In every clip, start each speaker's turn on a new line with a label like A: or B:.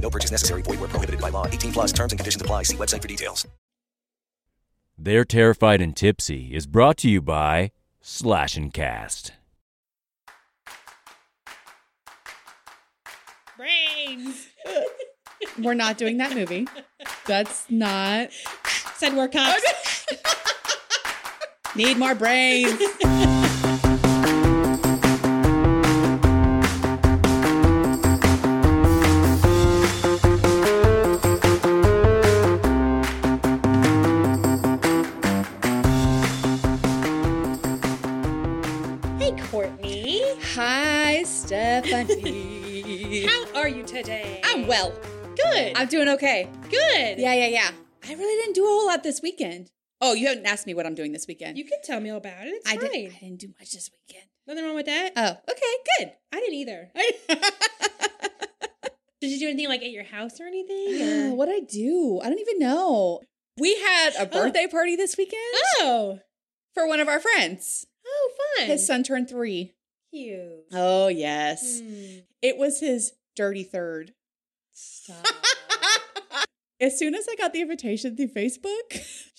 A: No purchase necessary. Void where prohibited by law. 18 plus terms and conditions apply. See website for details.
B: They're Terrified and Tipsy is brought to you by Slash and Cast.
C: Brains.
D: We're not doing that movie. That's not.
C: Said we're cops.
D: Need more brains.
C: Hey, Courtney.
D: Hi, Stephanie.
C: How are you today?
D: I'm well.
C: Good.
D: I'm doing okay.
C: good.
D: Yeah, yeah, yeah. I really didn't do a whole lot this weekend. Oh, you haven't asked me what I'm doing this weekend.
C: You can tell me all about it. It's
D: I,
C: fine.
D: did, I didn't do much this weekend.
C: Nothing wrong with that.
D: Oh, okay,
C: I didn't either.
D: good.
C: Did you do anything like at your house or anything?
D: Yeah,
C: or-
D: what I do? I don't even know. Ah. We had a birthday party this weekend
C: Oh.
D: for one of our friends.
C: Oh, fun.
D: His son turned three.
C: Cute.
D: Oh, yes.
C: Hmm.
D: It was his dirty third.
C: Stop.
D: as soon as I got the invitation through Facebook,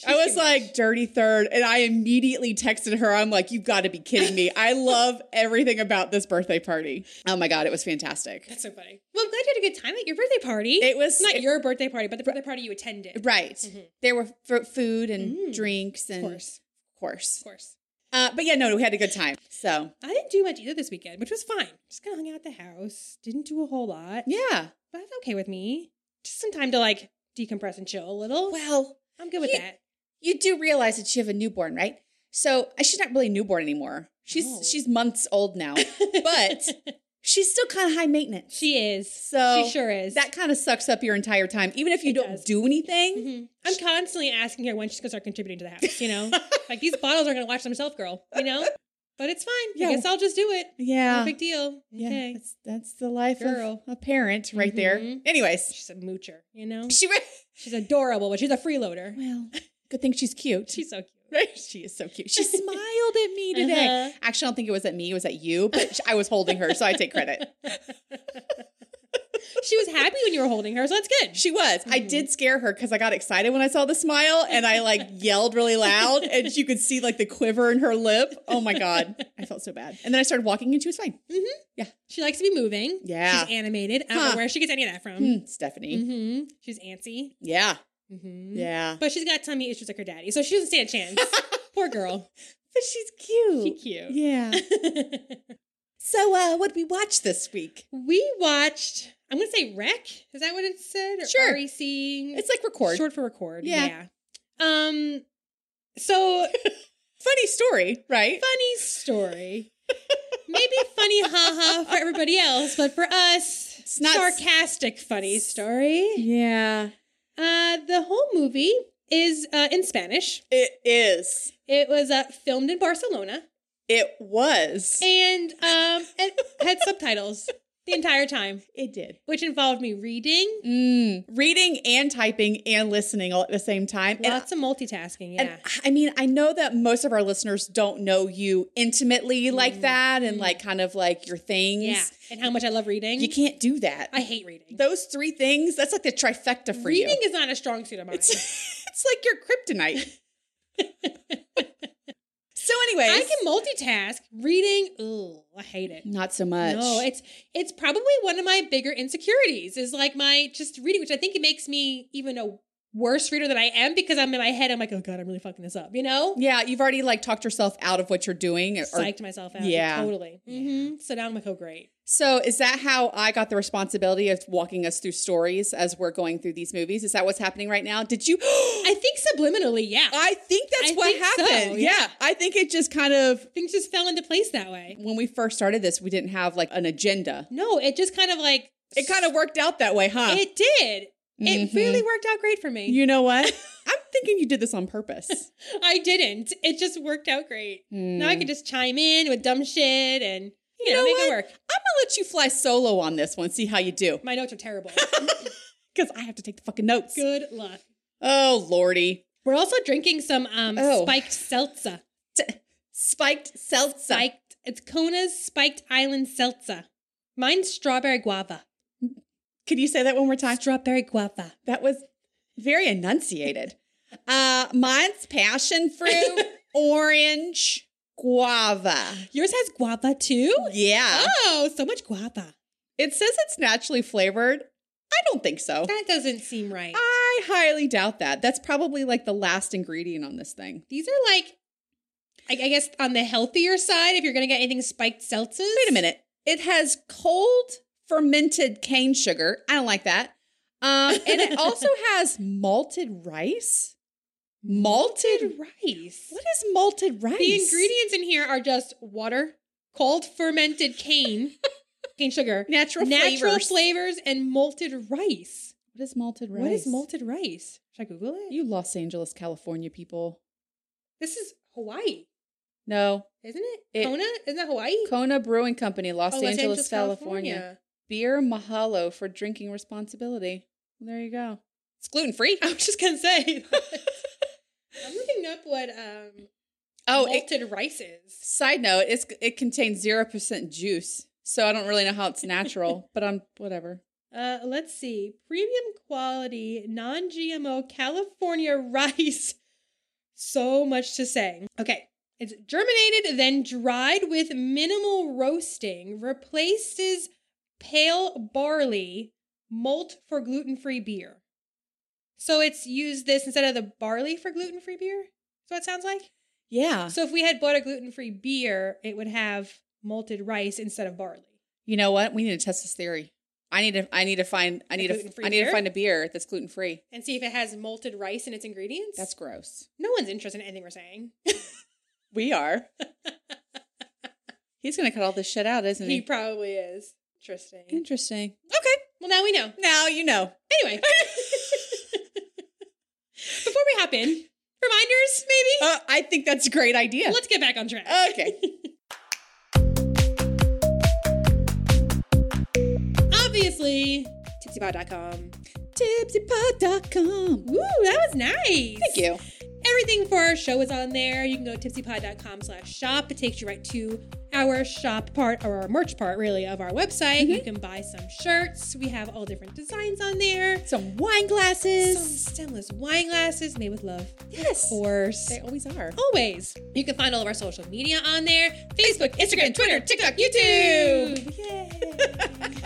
D: I
C: too
D: was
C: much.
D: like, dirty third. And I immediately texted her. I'm like, you've got to be kidding me. I love everything about this birthday party. Oh my God, it was fantastic.
C: That's so funny. Well, I'm glad you had a good time at your birthday party.
D: It was
C: not
D: it-
C: your birthday party, but the birthday party you attended.
D: Right.
C: Mhm.
D: There were f- food and
C: Mm.
D: drinks and.
C: Of course. Of
D: Mm-hmm. course.
C: course.
D: Uh, but yeah, no, no, we had a good time. So
C: I didn't do much either this weekend, which was fine. Just kind of hung out at the house. Didn't do a whole lot.
D: yeah.
C: But that's okay with me. Just some time to like decompress and chill a little.
D: Well,
C: I'm good with
D: you-
C: that.
D: you do realize that you have a newborn, right? So uh, she's not really newborn anymore. She's
C: No.
D: she's months old now, but she's still kind of high maintenance.
C: she is.
D: So
C: she sure is.
D: That kind of sucks up your entire time, even if you
C: It
D: don't
C: does.
D: do anything.
C: Mhm. I'm constantly asking her when she's gonna start contributing to the house. You
D: Mm-hmm.
C: know, like these bottles are gonna watch themselves, girl. You know, but it's fine.
D: Yeah.
C: I guess I'll just do it. No
D: Yeah.
C: big deal.
D: Yeah.
C: Okay.
D: That's, that's the life
C: Girl.
D: of a parent right there.
C: Mhm.
D: Anyways,
C: She's a moocher. You know,
D: she re-
C: she's adorable, but she's a freeloader.
D: well, good thing she's cute.
C: She's so cute.
D: Right? She is so cute. She smiled at me today.
C: Uh-huh.
D: Actually, I don't think it was at me, it was at you, but sh- I was holding her, so I take credit.
C: she was happy when you were holding her, so that's good.
D: She was.
C: Mm-hmm.
D: I did scare her because I got excited when I saw the smile and I like yelled really loud and you could see like the quiver in her lip. Oh my God. I felt so bad. And then I started walking and she was fine.
C: Mm-hmm. She likes to be moving.
D: Yeah.
C: She's animated. I don't
D: Huh.
C: know where she gets any of that from.
D: Mm, Stephanie.
C: hmm She's antsy.
D: Yeah.
C: hmm
D: Yeah.
C: But she's got tummy issues like her daddy, so she doesn't stand a chance. Poor girl.
D: But she's cute.
C: She cute.
D: Yeah. so uh what did we watch this week?
C: we watched, I'm going to say Rec. Is that what it said? Or
D: Sure.
C: REC?
D: It's like record.
C: Short for record.
D: Yeah.
C: Yeah. Um, so
D: Funny story, right?
C: funny story. Maybe funny haha for everybody else, but for us,
D: It's not-
C: sarcastic funny story.
D: Yeah.
C: Uh, the whole movie is uh, in Spanish.
D: It is.
C: It was uh, filmed in Barcelona
D: It was.
C: and um, it had subtitles the entire time,
D: It did.
C: which involved me reading,
D: Mm. Reading and typing and listening all at the same time. And
C: lots of multitasking. Yeah.
D: And I mean, I know that most of our listeners don't know you intimately like that and like kind of like your things.
C: Mm-hmm. yeah. And how much I love reading.
D: You can't do that.
C: I hate reading.
D: Those three things, that's like the trifecta for
C: reading
D: you.
C: is not a strong suit of mine.
D: It's, it's like your kryptonite. so, anyways,
C: I can multitask. Reading, ugh, I hate it.
D: not so much.
C: No, it's it's probably one of my bigger insecurities is like my just reading, which I think it makes me even a worse reader that I am because I'm in my head. I'm like, oh god, I'm really fucking this up. You know,
D: Yeah, you've already like talked yourself out of what you're doing. or-
C: psyched myself out.
D: Yeah.
C: totally. hmm So now I'm like, oh great.
D: so is that how I got the responsibility of walking us through stories as we're going through these movies? Is that what's happening right now? Did you?
C: I think subliminally, yeah,
D: I think that's
C: I
D: what
C: think so,
D: happened.
C: yeah.
D: yeah, I think it just kind of
C: things just fell into place that way.
D: when we first started this, we didn't have like an agenda.
C: No, it just kind of like
D: It kind of worked out that way, huh?
C: it did. It
D: Mhm.
C: really worked out great for me.
D: you know what? I'm thinking you did this on purpose.
C: I didn't. It just worked out great. Now I
D: Hmm.
C: can just chime in with dumb shit and you,
D: You
C: know,
D: know
C: make
D: what?
C: it work.
D: I'm gonna let you fly solo on this one, see how you do.
C: My notes are terrible.
D: Because I have to take the fucking notes.
C: Good luck.
D: Oh lordy.
C: We're also drinking some um
D: Oh.
C: spiked seltzer.
D: Spiked seltzer.
C: Spiked. It's Kona's Spiked Island Seltzer. Mine's strawberry guava.
D: Could you say that one more time?
C: Strawberry guava.
D: That was very enunciated. Uh mine's passion fruit, orange, guava.
C: Yours has guava too?
D: Yeah.
C: Oh, so much guava.
D: It says it's naturally flavored. I don't think so.
C: That doesn't seem right.
D: I highly doubt that. That's probably like the last ingredient on this thing.
C: These are like, I, I guess, on the healthier side, if you're going to get anything spiked seltzers.
D: Wait a minute. It has cold fermented cane sugar. I don't like that. Um, and it also has malted rice. Malted rice.
C: Rice.
D: What is malted rice?
C: The ingredients in here are just water, cold fermented cane, cane sugar,
D: Natural,
C: natural
D: flavors.
C: flavors, and malted rice.
D: What is malted rice?
C: What is malted rice? Should I Google it?
D: You Los Angeles, California people.
C: this is Hawaii,
D: No.
C: isn't it?
D: It-
C: Kona? Isn't that Hawaii?
D: Kona Brewing Company, Los,
C: Oh,
D: Angeles, California. Beer mahalo for drinking responsibility. There you go. It's gluten free.
C: I was just going to say. I'm looking up what um,
D: Oh, it,
C: malted rice is.
D: Side note, it's it contains zero percent juice, so I don't really know how it's natural, but I'm whatever.
C: Uh, let's see. Premium quality, non GMO California rice. So much to say. Okay. It's germinated, then dried with minimal roasting, replaces pale barley malt for gluten free beer. So it's used this instead of the barley for gluten free beer. Is what it sounds like.
D: Yeah.
C: So if we had bought a gluten free beer, it would have malted rice instead of barley.
D: You know what? We need to test this theory. I need to I need to find I need to
C: gluten-free
D: I need
C: beer?
D: to find a beer that's gluten free.
C: And see if it has malted rice in its ingredients.
D: That's gross.
C: No one's interested in anything we're saying.
D: We are. He's gonna cut all this shit out, isn't
C: he
D: he?
C: probably is. Interesting.
D: Interesting.
C: Okay. Well, now we know.
D: Now you know.
C: Anyway. Before we hop in, reminders, maybe?
D: Uh, I think that's a great idea.
C: Let's get back on track.
D: okay.
C: Obviously, tipsypod.com.
D: Tipsypod.com.
C: Woo, that was nice.
D: Thank you.
C: Everything for our show is on there. You can go to tipsypod.com slash shop. It takes you right to our shop part or our merch part, really, of our website.
D: Mm-hmm.
C: You can buy some shirts. We have all different designs on there.
D: Some wine glasses.
C: Some stemless wine glasses made with love.
D: yes.
C: Of course.
D: They always are.
C: always. You can find all of our social media on there Facebook, Instagram, Twitter, TikTok, YouTube.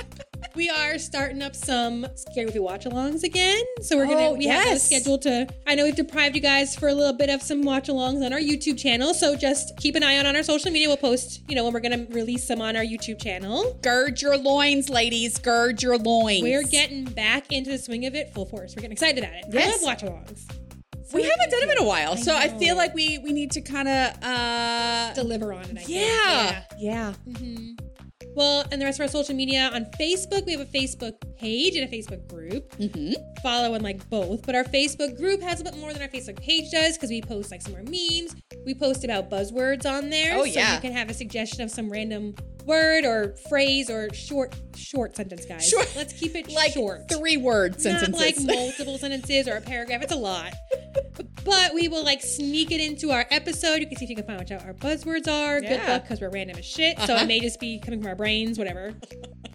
C: we are starting up some Scary Movie Watch Alongs again. So we're going
D: Oh,
C: to, we have those
D: yes.
C: scheduled to, I know we've deprived you guys for a little bit of some watch alongs on our YouTube channel. So just keep an eye out on our social media. We'll post, you know, when we're going to release them on our YouTube channel.
D: Gird your loins, ladies. Gird your loins.
C: We're getting back into the swing of it full force. We're getting excited at it.
D: Yes.
C: I love watch alongs.
D: we haven't done them in a while, so I
C: know.
D: feel like we we need to kind of uh
C: Deliver on it, I think.
D: yeah yeah
C: Mhm. Well, and the rest of our social media on Facebook, we have a Facebook page and a Facebook group.
D: mm-hmm.
C: Follow and like both, but our Facebook group has a bit more than our Facebook page does because we post like some more memes. We post about buzzwords on there,
D: Oh,
C: so
D: yeah.
C: you can have a suggestion of some random word or phrase or short short sentence, guys.
D: Short-
C: Let's keep it
D: like
C: short,
D: three word sentences.
C: not like multiple sentences or a paragraph. It's a lot. But we will like sneak it into our episode. You can see if you can find out what our buzzwords are. Good
D: Yeah.
C: luck because we're random as shit. So
D: Uh-huh.
C: it may just be coming from our brains, whatever.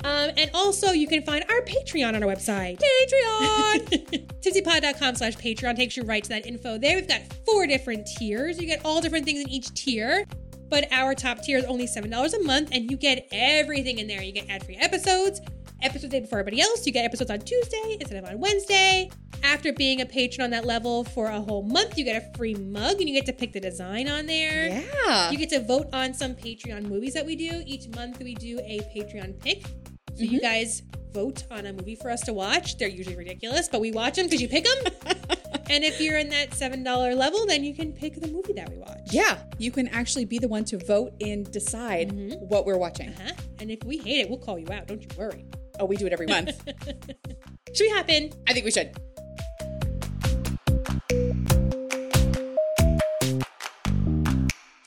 C: um, and also, you can find our Patreon on our website. Patreon! Tipsypod.com slash Patreon takes you right to that info there. We've got four different tiers. You get all different things in each tier. But our top tier is only $7 a month, and you get everything in there. You get ad free episodes, episodes day before everybody else. You get episodes on Tuesday instead of on Wednesday. After being a patron on that level for a whole month, you get a free mug and you get to pick the design on there.
D: Yeah.
C: You get to vote on some Patreon movies that we do. Each month we do a Patreon pick. So you guys vote on a movie for us to watch. They're usually ridiculous, but we watch them because you pick them. and if you're in that $7 level, then you can pick the movie that we watch.
D: yeah. You can actually be the one to vote and decide what we're watching.
C: Uh-huh. And if we hate it, we'll call you out. Don't you worry.
D: Oh, we do it every month.
C: Should we hop in?
D: I think we should.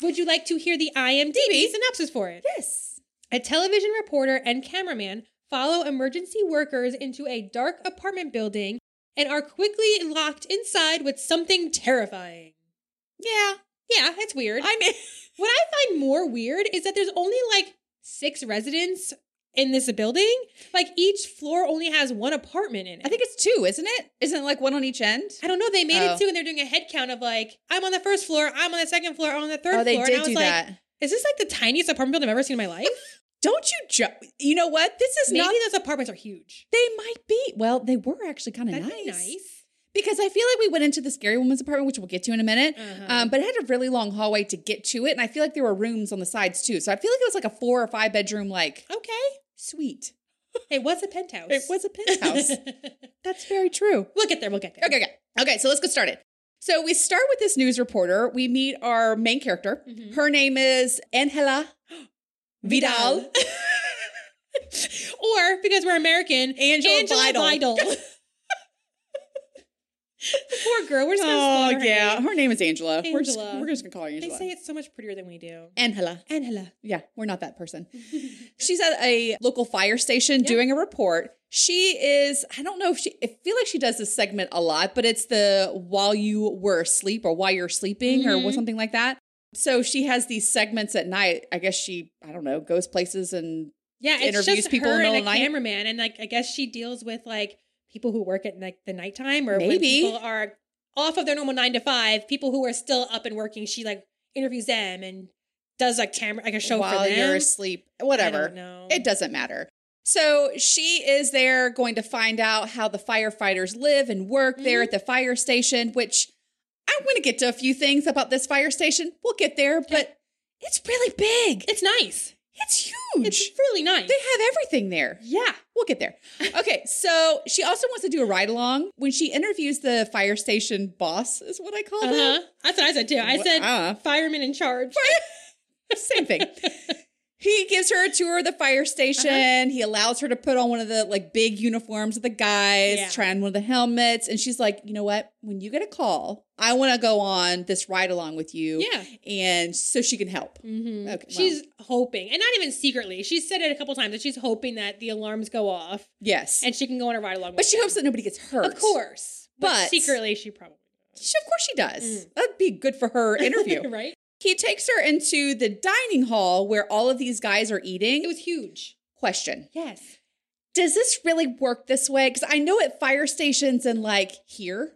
C: Would you like to hear the IMDb synopsis for it?
D: Yes.
C: A television reporter and cameraman follow emergency workers into a dark apartment building and are quickly locked inside with something terrifying.
D: Yeah.
C: Yeah, it's weird.
D: I mean,
C: what I find more weird is that there's only like six residents in this building. Like each floor only has one apartment in it.
D: I think it's two, isn't it? Isn't it like one on each end?
C: I don't know. They made
D: Oh.
C: it too, and they're doing a head count of like, I'm on the first floor, I'm on the second floor, I'm on the third
D: Oh, they
C: floor. and
D: did
C: I was
D: do
C: like,
D: that.
C: Is this like the tiniest apartment building I've ever seen in my life?
D: Don't you ju- You know what? This is
C: Maybe
D: not.
C: those apartments are huge.
D: They might be. Well, they were actually kind of
C: That'd
D: nice.
C: be nice.
D: Because I feel like we went into the scary woman's apartment, which we'll get to in a minute.
C: Uh-huh.
D: Um, but it had a really long hallway to get to it, and I feel like there were rooms on the sides too. So I feel like it was like a four or five bedroom like
C: Okay.
D: suite.
C: It was a penthouse.
D: It was a penthouse.
C: we'll
D: That's very true.
C: get there. We'll get there.
D: Okay, okay. Okay, so let's get started. So we start with this news reporter. We meet our main character.
C: Mhm.
D: Her name is Angela Vidal.
C: or because we're American,
D: Angela Vidal.
C: Vidal. Poor girl. We're just gonna slaughter her name.
D: Oh, Her name is Angela. We're, just,
C: Angela.
D: we're just going to call her
C: They
D: Angela.
C: say it's so much prettier than we do.
D: Angela.
C: Angela.
D: Yeah, we're not that person. She's at a local fire station doing a report. She is, I don't know if she, I feel like she does this segment a lot, but it's the while you were asleep or while you're sleeping
C: Mm-hmm.
D: or something like that. So she has these segments at night. I guess she, I don't know, goes places and
C: Yeah, it's
D: interviews
C: just
D: people
C: her
D: in the middle
C: and
D: of the
C: a
D: night.
C: cameraman, and like I guess she deals with like people who work at like the nighttime or when
D: Maybe.
C: people are off of their normal nine to five, people who are still up and working. She like interviews them and does like camera like a show
D: while
C: for them.
D: you're asleep, whatever.
C: know.
D: It doesn't matter. So she is there going to find out how the firefighters live and work there
C: Mm-hmm.
D: at the fire station, which I'm going to get to a few things about this fire station. We'll get there, but it's really big.
C: It's nice.
D: It's huge.
C: It's really nice.
D: they have everything there.
C: yeah.
D: We'll get there. Okay, so she also wants to do a ride along. When she interviews the fire station boss, is what I call
C: Uh
D: them.
C: huh. That's what I said too. I
D: Wha-
C: said
D: uh.
C: fireman in charge.
D: Same thing. He gives her a tour of the
C: Uh-huh.
D: fire station. He allows her to put on one of the like big uniforms of the guys,
C: Yeah.
D: try on one of the helmets, and she's like, "You know what? When you get a call, I want to go on this ride along with you."
C: Yeah.
D: and so she can help.
C: Mhm.
D: Okay,
C: She's
D: well,
C: hoping, and not even secretly. She's said it a couple times that she's hoping that the alarms go off
D: yes,
C: and she can go on a ride along.
D: but she hopes that nobody gets hurt.
C: of course,
D: But-
C: secretly she probably
D: She- of course she does. That'd be good for her interview.
C: Mm. right.
D: He takes her into the dining hall where all of these guys are eating.
C: It was huge.
D: question.
C: Yes.
D: does this really work this way? Because I know at fire stations and like here,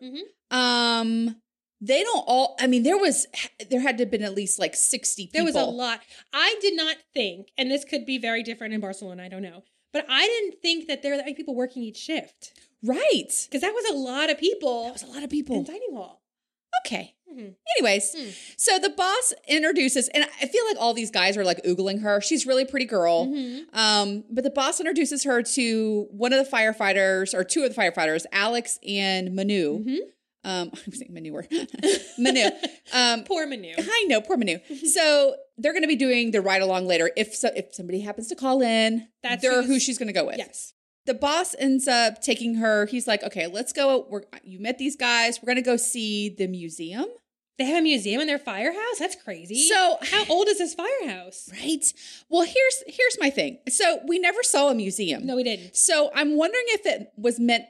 D: um, they don't all. I mean, there was there had to have been at least like sixty people.
C: There was a lot. I did not think, and this could be very different in Barcelona, I don't know, but I didn't think that there were that many people working each shift
D: right?
C: because that was a lot of
D: That
C: people
D: was a lot of
C: in
D: people.
C: dining hall.
D: Okay.
C: Mhm.
D: Anyways, so the boss introduces, and I feel like all these guys are like oogling her. She's a really pretty girl. Um, but the boss introduces her to one of the firefighters, or two of the firefighters, Alex and Manu. Um, I'm saying manure. Manu. Um,
C: Poor Manu.
D: I know, poor Manu. So they're going to be doing the ride along later. If so, if somebody happens to call in,
C: That's
D: they're
C: who's-
D: who she's going to go with.
C: Yes.
D: The boss ends up taking her. He's like, okay, let's go. We're, you met these guys. We're going to go see the museum.
C: They have a museum in their firehouse? That's crazy.
D: So-
C: how old is this firehouse?
D: Right. Well, here's here's my thing. So we never saw a museum.
C: No, we didn't.
D: So I'm wondering if it was meant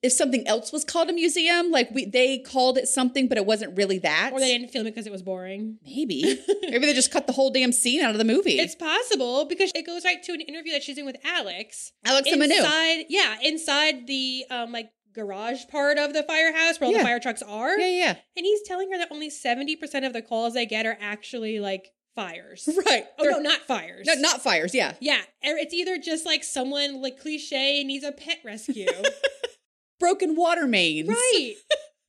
D: if something else was called a museum, like we they called it something, but it wasn't really that.
C: Or they didn't film it because it was boring.
D: Maybe. Maybe they just cut the whole damn scene out of the movie.
C: It's possible because it goes right to an interview that she's doing with Alex.
D: Alex and Manu.
C: inside, yeah, inside the um like garage part of the firehouse where all
D: Yeah.
C: the fire trucks are.
D: Yeah, yeah.
C: And he's telling her that only 70% of the calls they get are actually like fires.
D: Right.
C: Oh
D: They're-
C: no, not fires.
D: No, not fires. Yeah.
C: Yeah, or it's either just like someone like cliche needs a pet rescue,
D: Broken water mains.
C: right?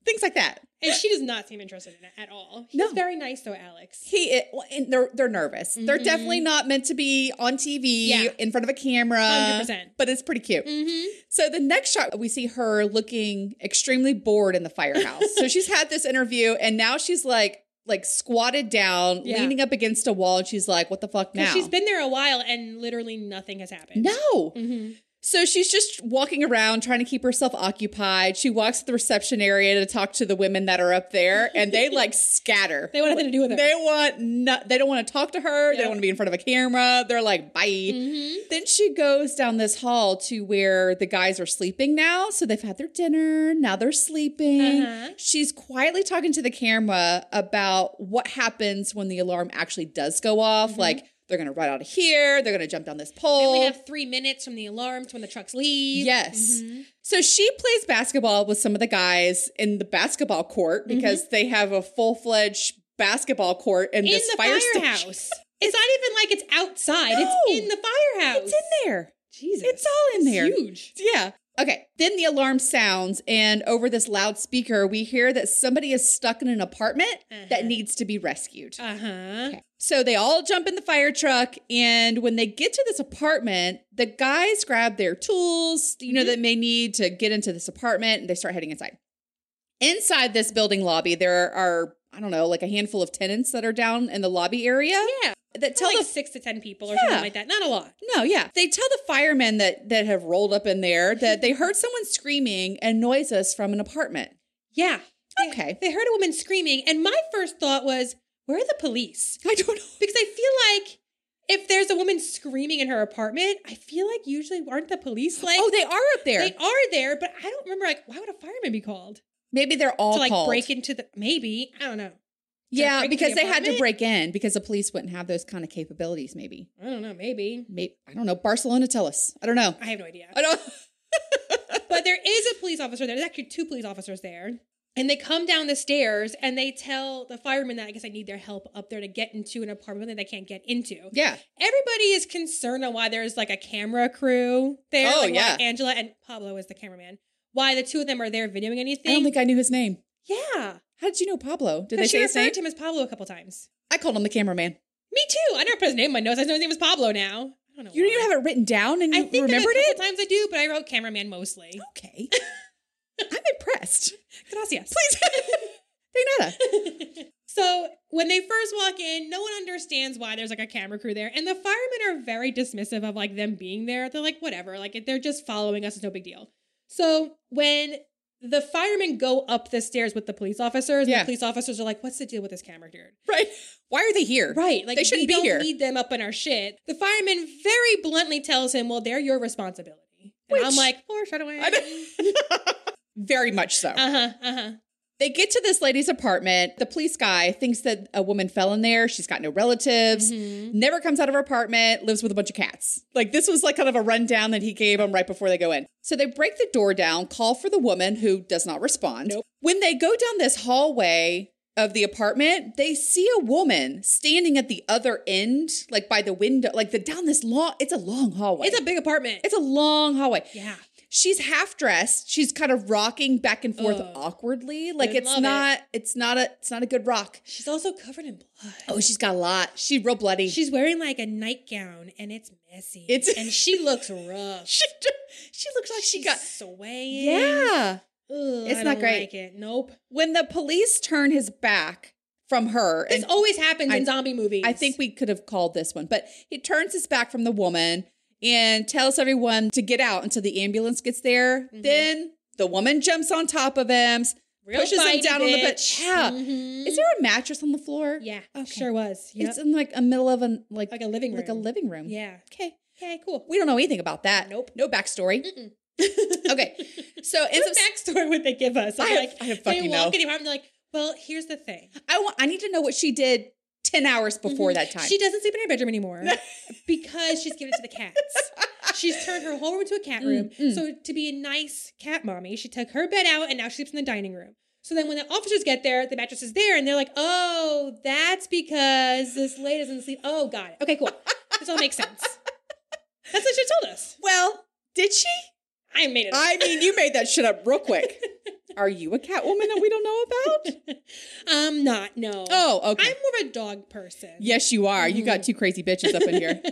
D: Things like that.
C: And she does not seem interested in it at all. He's
D: No.
C: very nice though, Alex.
D: He, it, well, and they're they're nervous. They're
C: Mhm.
D: definitely not meant to be on TV
C: Yeah.
D: in front of a camera.
C: 100%.
D: But it's pretty cute.
C: Mm-hmm.
D: So the next shot, we see her looking extremely bored in the firehouse. so she's had this interview, and now she's like like squatted down,
C: Yeah.
D: leaning up against a wall, and she's like, "What the fuck now?"
C: She's been there a while and literally nothing has happened.
D: no.
C: Mm-hmm.
D: So she's just walking around trying to keep herself occupied. She walks to the reception area to talk to the women that are up there, and they like scatter.
C: They want nothing to do with her.
D: They want no, they don't want to talk to her. They
C: Yeah. Mm-hmm.
D: don't want to be in front of a camera. They're like, bye. Then she goes down this hall to where the guys are sleeping now. So they've had their dinner. Now they're sleeping.
C: Uh-huh.
D: She's quietly talking to the camera about what happens when the alarm actually does go off. Like they're gonna run out of here. They're gonna jump down this
C: They
D: pole.
C: only Mm-hmm. have three minutes from the alarm to when the trucks leave.
D: Oh.
C: Mm-hmm.
D: Yes. So she plays basketball with some of the guys in the basketball court
C: Mm-hmm.
D: because they have a full fledged basketball court in,
C: In
D: this
C: the
D: fire station.
C: firehouse. it's not even like it's outside.
D: No.
C: It's in the firehouse.
D: It's in there.
C: Jesus.
D: It's all in there.
C: huge.
D: Yeah. Okay. Then the alarm sounds, and over this loudspeaker, we hear that somebody is stuck in an apartment that
C: Uh-huh.
D: needs to be rescued.
C: Uh huh.
D: Okay. So they all jump in the fire truck, and when they get to this apartment, the guys grab their tools, you
C: Mm-hmm.
D: know, that may need to get into this apartment, and they start heading inside. Inside this building lobby, there are, I don't know, like a handful of tenants that are down in the lobby area.
C: Yeah.
D: That
C: Tell
D: tell
C: like
D: the
C: six to ten people or
D: Yeah.
C: something like that. Not a lot.
D: no, yeah. They tell the firemen that that have rolled up in there that they heard someone screaming and noises from an apartment.
C: Yeah. They-
D: Okay.
C: They heard a woman screaming, and my first thought was, where are the police?
D: I don't know.
C: Because I feel like if there's a woman screaming in her apartment, I feel like usually aren't the police like
D: Oh, they are up there.
C: they are there, but I don't remember like why would a fireman be called?
D: Maybe they're all
C: to like
D: called.
C: break into the maybe. I don't know.
D: yeah,
C: break the
D: because they had to
C: apartment?
D: break in because the police wouldn't have those kind of capabilities. Maybe.
C: I don't know, maybe.
D: Maybe I don't know. Barcelona, tell us. I don't know.
C: I have no idea.
D: I don't.
C: But there is a police officer there. There's actually two police officers there. And they come down the stairs and they tell the firemen that I guess I need their help up there to get into an apartment that they can't get into.
D: yeah.
C: Everybody is concerned on why there's like a camera crew there.
D: Oh,
C: like, why
D: yeah.
C: Angela and Pablo is the cameraman. Why the two of them are there videoing anything.
D: I don't think I knew his name.
C: yeah.
D: How did you know Pablo? Oh Did they
C: Because she
D: say his name?
C: referred to him as Pablo a couple times.
D: I called him the cameraman.
C: Me too. I never put his name in my notes. I know his name was Pablo now. I don't know.
D: You
C: why.
D: you have it written down and you
C: I think
D: remembered
C: there's a
D: it. Oh,
C: couple times I do, but I wrote cameraman mostly.
D: Okay. I'm impressed.
C: Gracias.
D: De nada.
C: So when they first walk in, no one understands why there's like a camera crew there, and the firemen are very dismissive of like them being there. They're like, whatever, like they're just following us. It's no big deal. So when the firemen go up the stairs with the police officers,
D: Yeah.
C: the police officers are like, what's the deal with this camera dude?
D: Right. Why are they here?
C: Right, like
D: they shouldn't
C: we
D: be
C: don't
D: here.
C: Need them up in our shit. The fireman very bluntly tells him, "Well, they're your responsibility." And
D: Which-
C: I'm like, foreshadowing.
D: I know. Very much so.
C: Uh huh. Uh huh.
D: They get to this lady's apartment. The police guy thinks that a woman fell in there. She's got no relatives,
C: Mm-hmm.
D: never comes out of her apartment, lives with a bunch of cats. Like, this was like kind of a rundown that he gave them right before they go in. So they break the door down, call for the woman who does not respond.
C: Nope.
D: When they go down this hallway of the apartment, they see a woman standing at the other end, like by the window, like the down this long, it's a long hallway.
C: It's a big apartment.
D: it's a long hallway.
C: yeah.
D: she's half dressed. She's kind of rocking back and forth
C: Ugh.
D: awkwardly. Like
C: They
D: it's
C: Oh. love it.
D: not it's not a it's not a good rock.
C: She's also covered in blood.
D: Oh, she's got a lot. She's real bloody.
C: She's wearing like a nightgown and it's messy.
D: It's-
C: and she looks rough.
D: she, ju- she looks like she
C: She's
D: got
C: swaying.
D: Yeah.
C: Ugh,
D: It's
C: I
D: not
C: don't
D: great.
C: Like it. Nope.
D: When the police turn his back from her
C: This
D: and
C: always happens
D: I-
C: in zombie movies.
D: I think we could have called this one, but he turns his back from the woman and tells everyone to get out until the ambulance gets there. Then the woman jumps on top of him,
C: Mm-hmm. Real
D: pushes him
C: bitey
D: down on the bed.
C: bitch.
D: Yeah.
C: Mhm.
D: Is there a mattress on the floor?
C: Yeah.
D: Okay.
C: Sure was. Yep.
D: It's in like a middle of an like
C: Like a living
D: like a
C: room.
D: living room.
C: yeah.
D: Okay.
C: Okay. Cool.
D: We don't know anything about that.
C: Nope.
D: No backstory.
C: Mm-mm.
D: Okay. So ends
C: What
D: up,
C: backstory would they give us? I'm
D: I have-
C: like,
D: I have
C: they
D: fucking
C: walk
D: no.
C: in here, I'm like, well, here's the thing.
D: I want. I need to know what she did ten hours before
C: Mhm.
D: that time.
C: She doesn't sleep in her bedroom anymore because she's given it to the cats. She's turned her
D: Mm,
C: whole room into a cat room. So to be a nice cat mommy, she took her bed out and now she sleeps in the dining room. So then when the officers get there, the mattress is there and they're like, oh, that's because this lady doesn't sleep. Oh, got it. Okay, cool. this all makes sense. That's what she told us.
D: Well, did she?
C: I made it. up.
D: I mean, you made that shit up real quick. Are you a Catwoman that we don't know about?
C: I'm Um, not, no.
D: Oh,
C: I'm
D: okay.
C: more of a dog person.
D: Yes, you are. You got two crazy bitches up in here.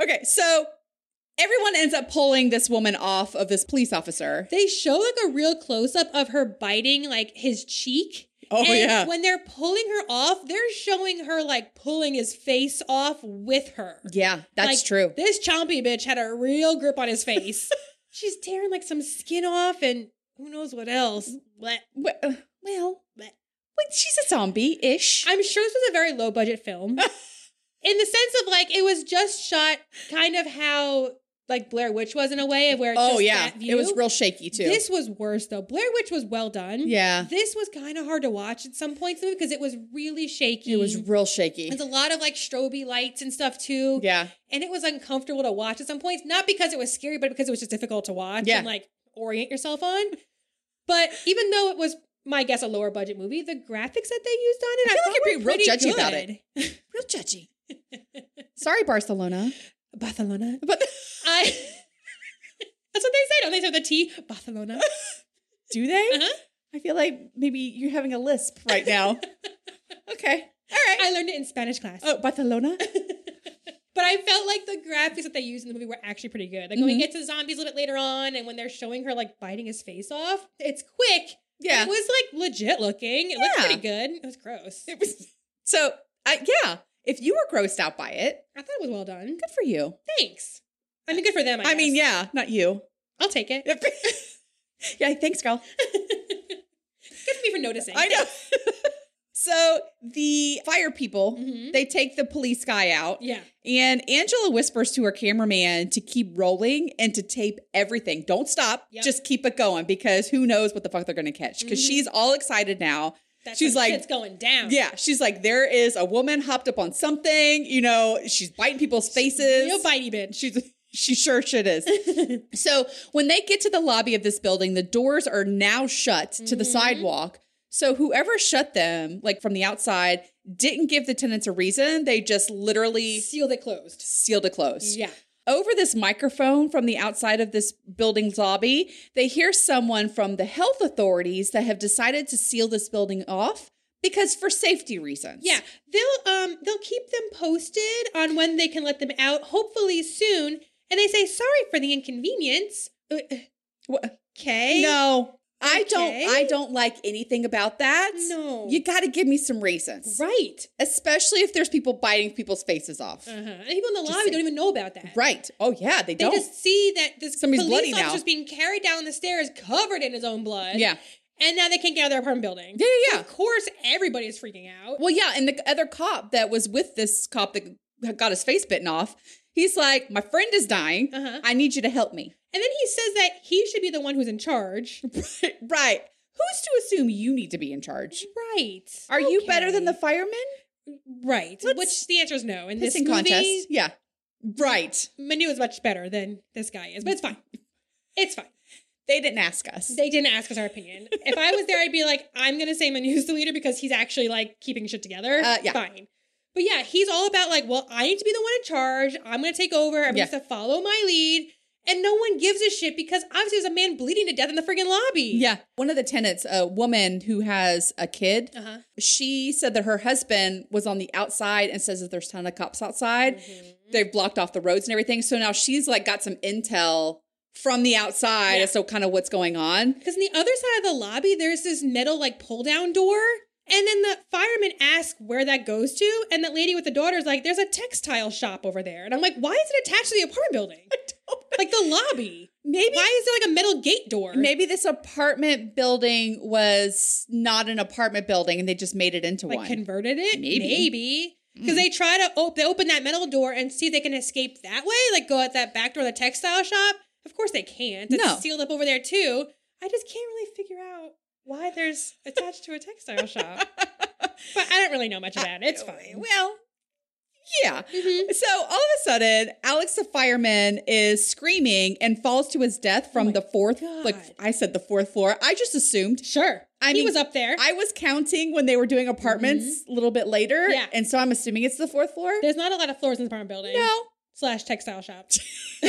D: Okay, so everyone ends up pulling this woman off of this police officer.
C: They show like a real close up of her biting like his cheek.
D: Oh,
C: and
D: yeah.
C: When they're pulling her off, they're showing her like pulling his face off with her.
D: Yeah, that's
C: Like,
D: true.
C: This chompy bitch had a real grip on his face. She's tearing like some skin off and who knows what else. Blech,
D: Well, uh, well,
C: blech.
D: wait, she's a zombie ish.
C: I'm sure this was a very low budget film. in the sense of like it was just shot kind of how like Blair Witch was in a way of where it's
D: Oh,
C: just
D: yeah.
C: that
D: It was
C: view.
D: real shaky, too.
C: This was worse though. Blair Witch was well done.
D: Yeah.
C: This was kind of hard to watch at some points though because it was really shaky.
D: it was real shaky.
C: It's a lot of like stroby lights and stuff too.
D: Yeah.
C: And it was uncomfortable to watch at some points, not because it was scary, but because it was just difficult to watch
D: Yeah.
C: and like orient yourself on. But even though it was, my guess, a lower budget movie, the graphics that they used on it, I,
D: I feel
C: thought
D: like it'd be
C: were
D: real
C: pretty
D: judgy about
C: good.
D: Real judgy. Sorry, Barcelona.
C: Barcelona.
D: But
C: I. That's what they say, don't they? Say the T, Barcelona.
D: do they?
C: Uh-huh.
D: I feel like maybe you're having a lisp right now. okay.
C: I learned it in Spanish class.
D: Oh, Barcelona?
C: But I felt like the graphics that they used in the movie were actually pretty good. Like when
D: Mm-hmm.
C: we get to zombies a little bit later on, and when they're showing her like biting his face off, it's quick.
D: Yeah.
C: It was like legit looking. It looked
D: Yeah.
C: pretty good. It was gross.
D: It was so I yeah. If you were grossed out by it,
C: I thought it was well done.
D: good for you.
C: Thanks. I mean, good for them. I,
D: I, mean,
C: guess.
D: yeah, not you.
C: I'll take it.
D: yeah, thanks, girl.
C: Good for me for noticing.
D: I know. so the fire people,
C: Mm-hmm.
D: they take the police guy out.
C: Yeah.
D: And Angela whispers to her cameraman to keep rolling and to tape everything. Don't stop.
C: Yep. Mm-hmm.
D: Just keep it going because who knows what the fuck they're going to catch. Because she's all excited now.
C: That's
D: she's like,
C: it's going down.
D: yeah, she's like, there is a woman hopped up on something. You know, she's biting people's faces.
C: Real bitey bitch.
D: She's she sure shit is. so when they get to the lobby of this building, the doors are now shut to
C: Mm-hmm.
D: the sidewalk. So whoever shut them, like from the outside, didn't give the tenants a reason. They just literally
C: Sealed it closed.
D: sealed it closed.
C: Yeah.
D: Over this microphone from the outside of this building's lobby, they hear someone from the health authorities that have decided to seal this building off because for safety reasons.
C: Yeah, they'll um they'll keep them posted on when they can let them out. Hopefully soon. And they say sorry for the inconvenience. Uh,
D: What?
C: Okay.
D: No. I don't
C: Okay.
D: I don't like anything about that.
C: No.
D: You got to give me some reasons.
C: Right.
D: Especially if there's people biting people's faces off.
C: Uh-huh. And people in the lobby don't even know about that.
D: Right. Oh yeah, they,
C: They
D: don't.
C: just see that this
D: Somebody's bloody
C: police
D: now.
C: officer's being carried down the stairs covered in his own blood.
D: yeah.
C: And now they can't get out of their apartment building.
D: Yeah, yeah, yeah.
C: Of course, everybody is freaking out.
D: Well, yeah, and the other cop that was with this cop that got his face bitten off, he's like, "My friend is dying.
C: Uh-huh.
D: I need you to help me."
C: And then he says that he should be the one who's in charge.
D: right. Who's to assume you need to be in charge?
C: Right.
D: Are you better than the
C: Okay.
D: firemen?
C: right?
D: Let's-
C: Which the answer is no. In this
D: Pissing
C: movie,
D: contest. Yeah. Right.
C: Manu is much better than this guy is, but it's fine. It's fine.
D: They didn't ask us.
C: They didn't ask us our opinion. If I was there, I'd be like, I'm gonna say Manu's the leader because he's actually like keeping shit together.
D: Uh, yeah.
C: Fine. But yeah, he's all about like, well, I need to be the one in charge. I'm going to take over. I'm
D: Yeah.
C: going to follow my lead. And no one gives a shit because obviously there's a man bleeding to death in the freaking lobby.
D: Yeah. One of the tenants, a woman who has a kid,
C: Uh-huh.
D: she said that her husband was on the outside and says that there's a ton of cops outside.
C: Mm-hmm.
D: They've blocked off the roads and everything. So now she's like got some intel from the outside
C: Yeah.
D: as to kind of what's going on.
C: Because on the other side of the lobby, there's this metal like pull down door. And then the firemen ask where that goes to. And that lady with the daughter's like, there's a textile shop over there. And I'm like, why is it attached to the apartment building? Like the lobby.
D: Maybe
C: Why is there like a metal gate door?
D: maybe this apartment building was not an apartment building and they just made it into
C: like
D: one.
C: converted it?
D: Maybe. Hmm.
C: Maybe. Because they try to op- they open that metal door and see if they can escape that way, like go out that back door of the textile shop. Of course they can't. It's
D: No.
C: sealed up over there too. I just can't really figure out why there's attached to a textile shop. But I don't really know much about it. It's fine.
D: Well, yeah.
C: Mhm.
D: So all of a sudden, Alex the fireman is screaming and falls to his death from
C: Oh my
D: the fourth.
C: God.
D: Like I said, the fourth floor. I just assumed.
C: Sure.
D: I
C: he
D: mean,
C: was up there. Mm-hmm.
D: I was counting when they were doing apartments a little bit later,
C: Yeah.
D: and so I'm assuming it's the fourth floor.
C: There's not a lot of floors in the apartment building.
D: No,
C: Slash textile shop.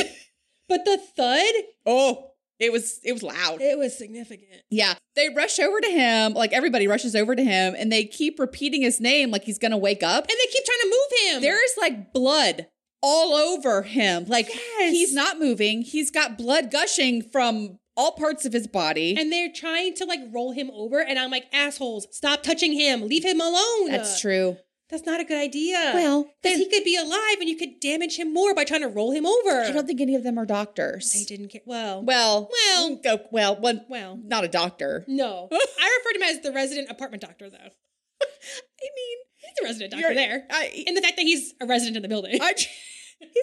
C: but the thud,
D: oh, it was it was loud.
C: it was significant.
D: yeah, they rush over to him, like everybody rushes over to him, and they keep repeating his name like he's gonna wake up.
C: And they keep trying to move him.
D: There's like blood all over him. Like he's not moving. He's got blood gushing from all parts of his body.
C: and they're trying to like roll him over, and I'm like, assholes, stop touching him. Leave him alone.
D: That's true.
C: That's not a good idea.
D: Well,
C: because
D: they-
C: he could be alive and you could damage him more by trying to roll him over.
D: I don't think any of them are doctors.
C: they didn't get well.
D: Well, mm,
C: Well.
D: go- well, Mm, one,
C: Well.
D: not a doctor.
C: No. I refer to him as the resident apartment doctor, though.
D: I mean,
C: He's the resident doctor
D: you're-
C: there.
D: I,
C: and the fact that he's a resident in the building.
D: I- he's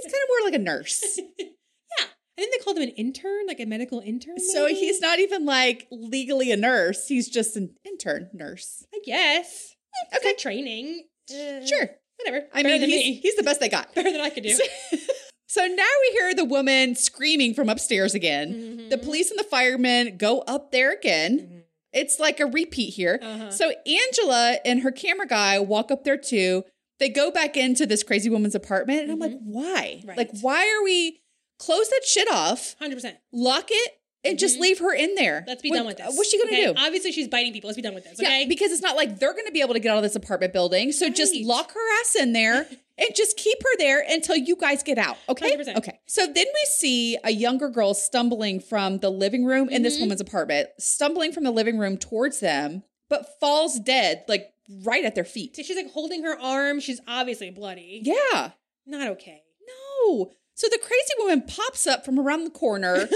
D: kind of more like a nurse.
C: I think they called him an intern, like a medical intern.
D: so
C: maybe?
D: he's not even like legally a nurse. He's just an intern nurse.
C: I guess. It's
D: Okay.
C: not training. Uh,
D: Sure.
C: Whatever.
D: I
C: Better
D: mean,
C: than
D: he's,
C: me.
D: he's the best they got.
C: better than I could do.
D: So now we hear the woman screaming from upstairs again.
C: Mm-hmm.
D: The police and the firemen go up there again. It's like a repeat here.
C: Uh-huh.
D: So Angela and her camera guy walk up there too. They go back into this crazy woman's apartment. And I'm like, why?
C: Mm-hmm. Right.
D: Like, why are we close that shit off,
C: Hundred percent.
D: lock it, and just leave her in there?
C: Mm-hmm. Let's be
D: What- uh,
C: done with this.
D: What's she gonna
C: Okay?
D: do?
C: Obviously, she's biting people. Let's be done with this.
D: Yeah,
C: Okay.
D: because it's not like they're going to be able to get out of this apartment building. So just
C: Right.
D: lock her ass in there and just keep her there until you guys get out. Okay.
C: 100%.
D: Okay. So then we see a younger girl stumbling from the living room in
C: Mm-hmm.
D: this woman's apartment, stumbling from the living room towards them, but falls dead, like right at their feet.
C: So she's like holding her arm. She's obviously bloody.
D: Yeah.
C: Not okay.
D: No. So the crazy woman pops up from around the corner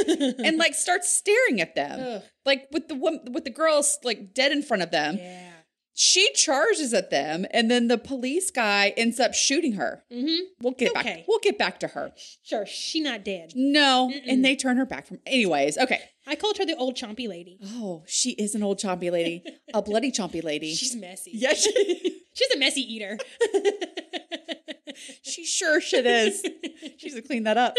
D: and like starts staring at them.
C: Ugh.
D: Like with the woman with the girls like dead in front of them.
C: Yeah.
D: she charges at them and then the police guy ends up shooting her
C: Mm-hmm.
D: we'll get
C: Okay.
D: back we'll get back to her
C: Sure. She not dead.
D: no and they turn her back from anyways okay
C: I called her the old chompy lady.
D: oh she is an old chompy lady a bloody chompy lady
C: She's messy.
D: Mm-hmm. yeah she,
C: She's a messy eater.
D: she sure shit is she's gonna clean that up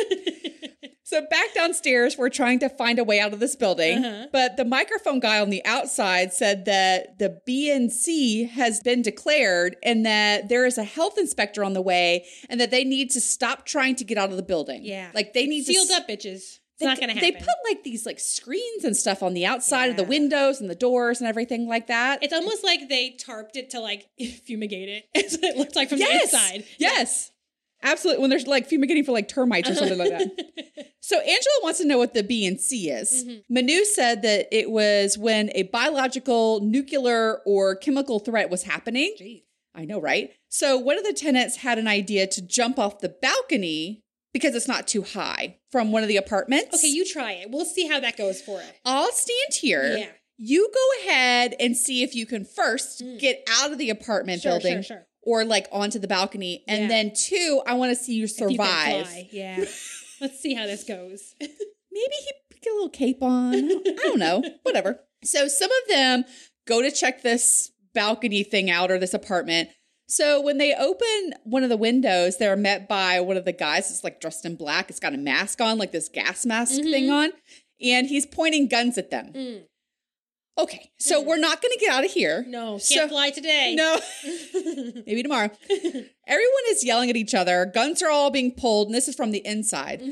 D: so back downstairs we're trying to find a way out of this building
C: Uh-huh.
D: but the microphone guy on the outside said that the bnc has been declared and that there is a health inspector on the way and that they need to stop trying to get out of the building
C: Yeah.
D: like they need
C: Sealed
D: to
C: up, bitches. It's not gonna happen.
D: They put like these like screens and stuff on the outside of the
C: Yeah.
D: windows and the doors and everything like that.
C: It's almost like they tarped it to like fumigate it. so it looks like from the inside.
D: Yes. Absolutely. When there's like fumigating for like termites or something like that. So Angela wants to know what the B and C is.
C: Mm-hmm.
D: Manu said that it was when a biological, nuclear, or chemical threat was happening. I know, right? So one of the tenants had an idea to jump off the balcony because it's not too high from one of the apartments.
C: Okay, you try it. We'll see how that goes for it.
D: I'll stand here.
C: Yeah.
D: You go ahead and see if you can first get out of the apartment
C: Mm. Sure, sure,
D: building
C: sure.
D: or like onto the balcony. And
C: Yeah.
D: then two, I want to see you
C: If you can
D: survive.
C: fly. Yeah. Let's see how this goes.
D: Maybe he put- get a little cape on. I don't- I don't know. Whatever. So some of them go to check this balcony thing out or this apartment. So when they open one of the windows, they're met by one of the guys that's like dressed in black. It's got a
C: Mm-hmm. Mm.
D: mask on, like this gas mask thing on, and he's pointing guns at them. Okay, so we're not going to get out of here.
C: Mm-hmm. No, can't
D: So-
C: fly today.
D: No. Maybe tomorrow. everyone is yelling at each other. Guns are all being pulled, and this is from the inside.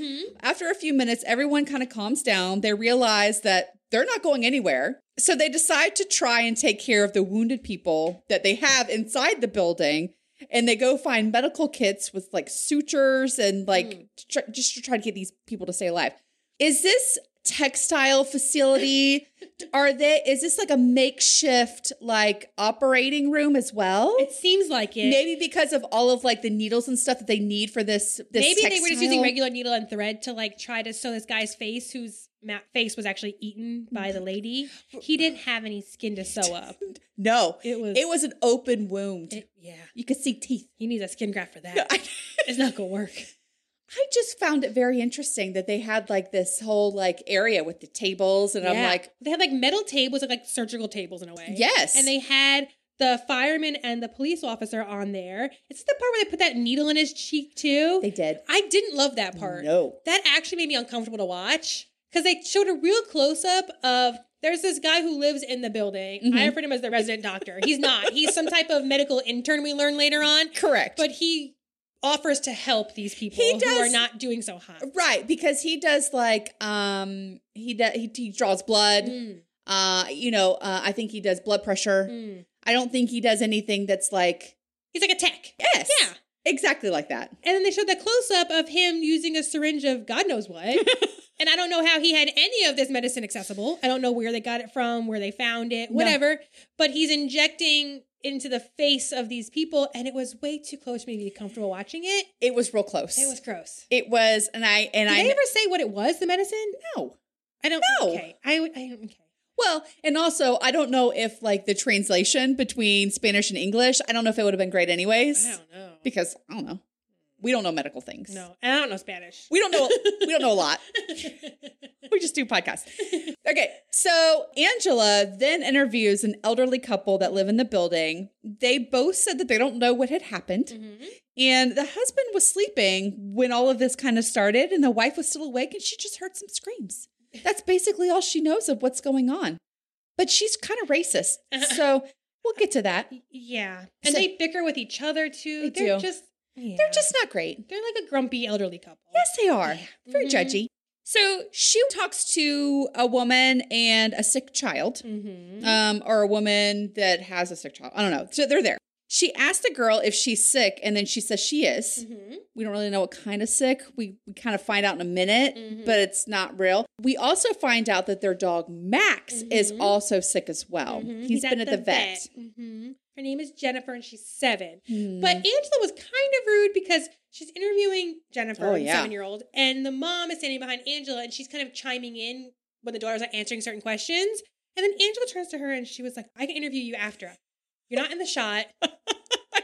D: After a few minutes, everyone kind of calms down. They realize that they're not going anywhere. So they decide to try and take care of the wounded people that they have inside the building. And they go find medical kits with like sutures and like
C: Hmm.
D: to try, just to try to get these people to stay alive. Is this textile facility? Are they? Is this like a makeshift like operating room as well?
C: It seems like it.
D: Maybe because of all of like the needles and stuff that they need for this. this
C: Maybe they were just using
D: textile.
C: regular needle and thread to like try to sew this guy's face, whose ma- face was actually eaten by the lady. He didn't have any skin to sew up.
D: No,
C: It was-
D: it was an open wound.
C: It- yeah,
D: you could see teeth.
C: he needs a skin graft for
D: No,
C: that.
D: I,
C: It's not gonna work.
D: I just found it very interesting that they had like this whole like area with the tables, and I'm
C: Yeah.
D: like,
C: they had like metal tables, like, like surgical tables in a way.
D: Yes.
C: and they had the fireman and the police officer on there. It's the part where they put that needle in his cheek too.
D: "Oh, They did.
C: I didn't love that part.
D: No.
C: that actually made me uncomfortable to watch because they showed a real close up of. There's this guy who lives in the building.
D: Mm-hmm.
C: I referred to him as the resident doctor. He's not. He's some type of medical intern we learn later on.
D: Correct.
C: But he offers to help these people
D: He
C: who are
D: does-
C: not doing so hot.
D: right because he does like um he does he, he draws blood.
C: Mm.
D: Uh, you know, uh, I think he does blood pressure. I don't think he does anything that's like
C: mm. He's like a tech.
D: yes,
C: Yeah.
D: exactly like that.
C: And then they showed the close up of him using a syringe of God knows what. and I don't know how he had any of this medicine accessible. I don't know where they got it from, where they found it, whatever. But he's injecting into the face of these people, and it was way too close for me to be comfortable watching it.
D: It was real close.
C: It was gross.
D: It was, and I and
C: Did
D: I
C: they ever say what it was, the medicine?
D: no.
C: I don't
D: No.
C: Okay. I, I don't okay.
D: Well, and also I don't know if like the translation between Spanish and English. I don't know if it would have been great anyways
C: I don't know.
D: because I don't know. We don't know medical things.
C: No, and I don't know Spanish.
D: We don't know. we don't know a lot. we just do podcasts. Okay, so Angela then interviews an elderly couple that live in the building. They both said that they don't know what had happened, and the husband was sleeping when all of this kind of started, and the wife was still awake, and she just heard some screams. That's basically all she knows of what's going on. But she's kind of racist, so we'll get to that.
C: Yeah. And
D: So-
C: they bicker with each other too.
D: They
C: are
D: do.
C: just yeah.
D: They're just not great.
C: they're like a grumpy elderly couple.
D: Yes, they are. Very judgy. So she talks to a woman and a sick child, um, or a woman that has a sick child. I don't know. So they're there. She asks the girl if she's sick, and then she says she is.
C: Mm-hmm.
D: We don't really know what kind of sick. We, we kind of find out in a minute, but it's not real. We also find out that their dog, Max, is also sick as well. Mm-hmm. Um,
C: Mm-hmm.
D: He's been at the, vet. Hmm. Mm-hmm.
C: Mhm. Her name is Jennifer and she's seven. But Angela was kind of rude because she's interviewing Jennifer,
D: Oh,
C: the
D: yeah.
C: seven year old, and the mom is standing behind Angela and she's kind of chiming in when the daughter's not answering certain questions. And then Angela turns to her and she was like, I can interview you after. You're not in the shot.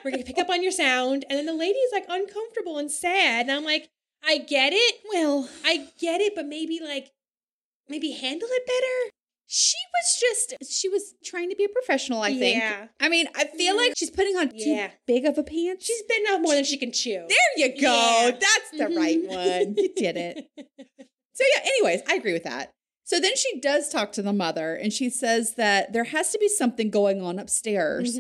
C: We're going to pick up on your sound. And then the lady's like uncomfortable and sad. And I'm like, I get it. Well, I get it, but maybe like, maybe handle it better.
D: She was just she was trying to be a professional, I think.
C: Yeah.
D: I mean, I feel like she's putting on
C: Yeah.
D: too big of a pants.
C: She's bitten off more than she can chew.
D: there you go.
C: Yeah.
D: That's the right one. You did it. So yeah, anyways, I agree with that. So then she does talk to the mother and she says that there has to be something going on upstairs.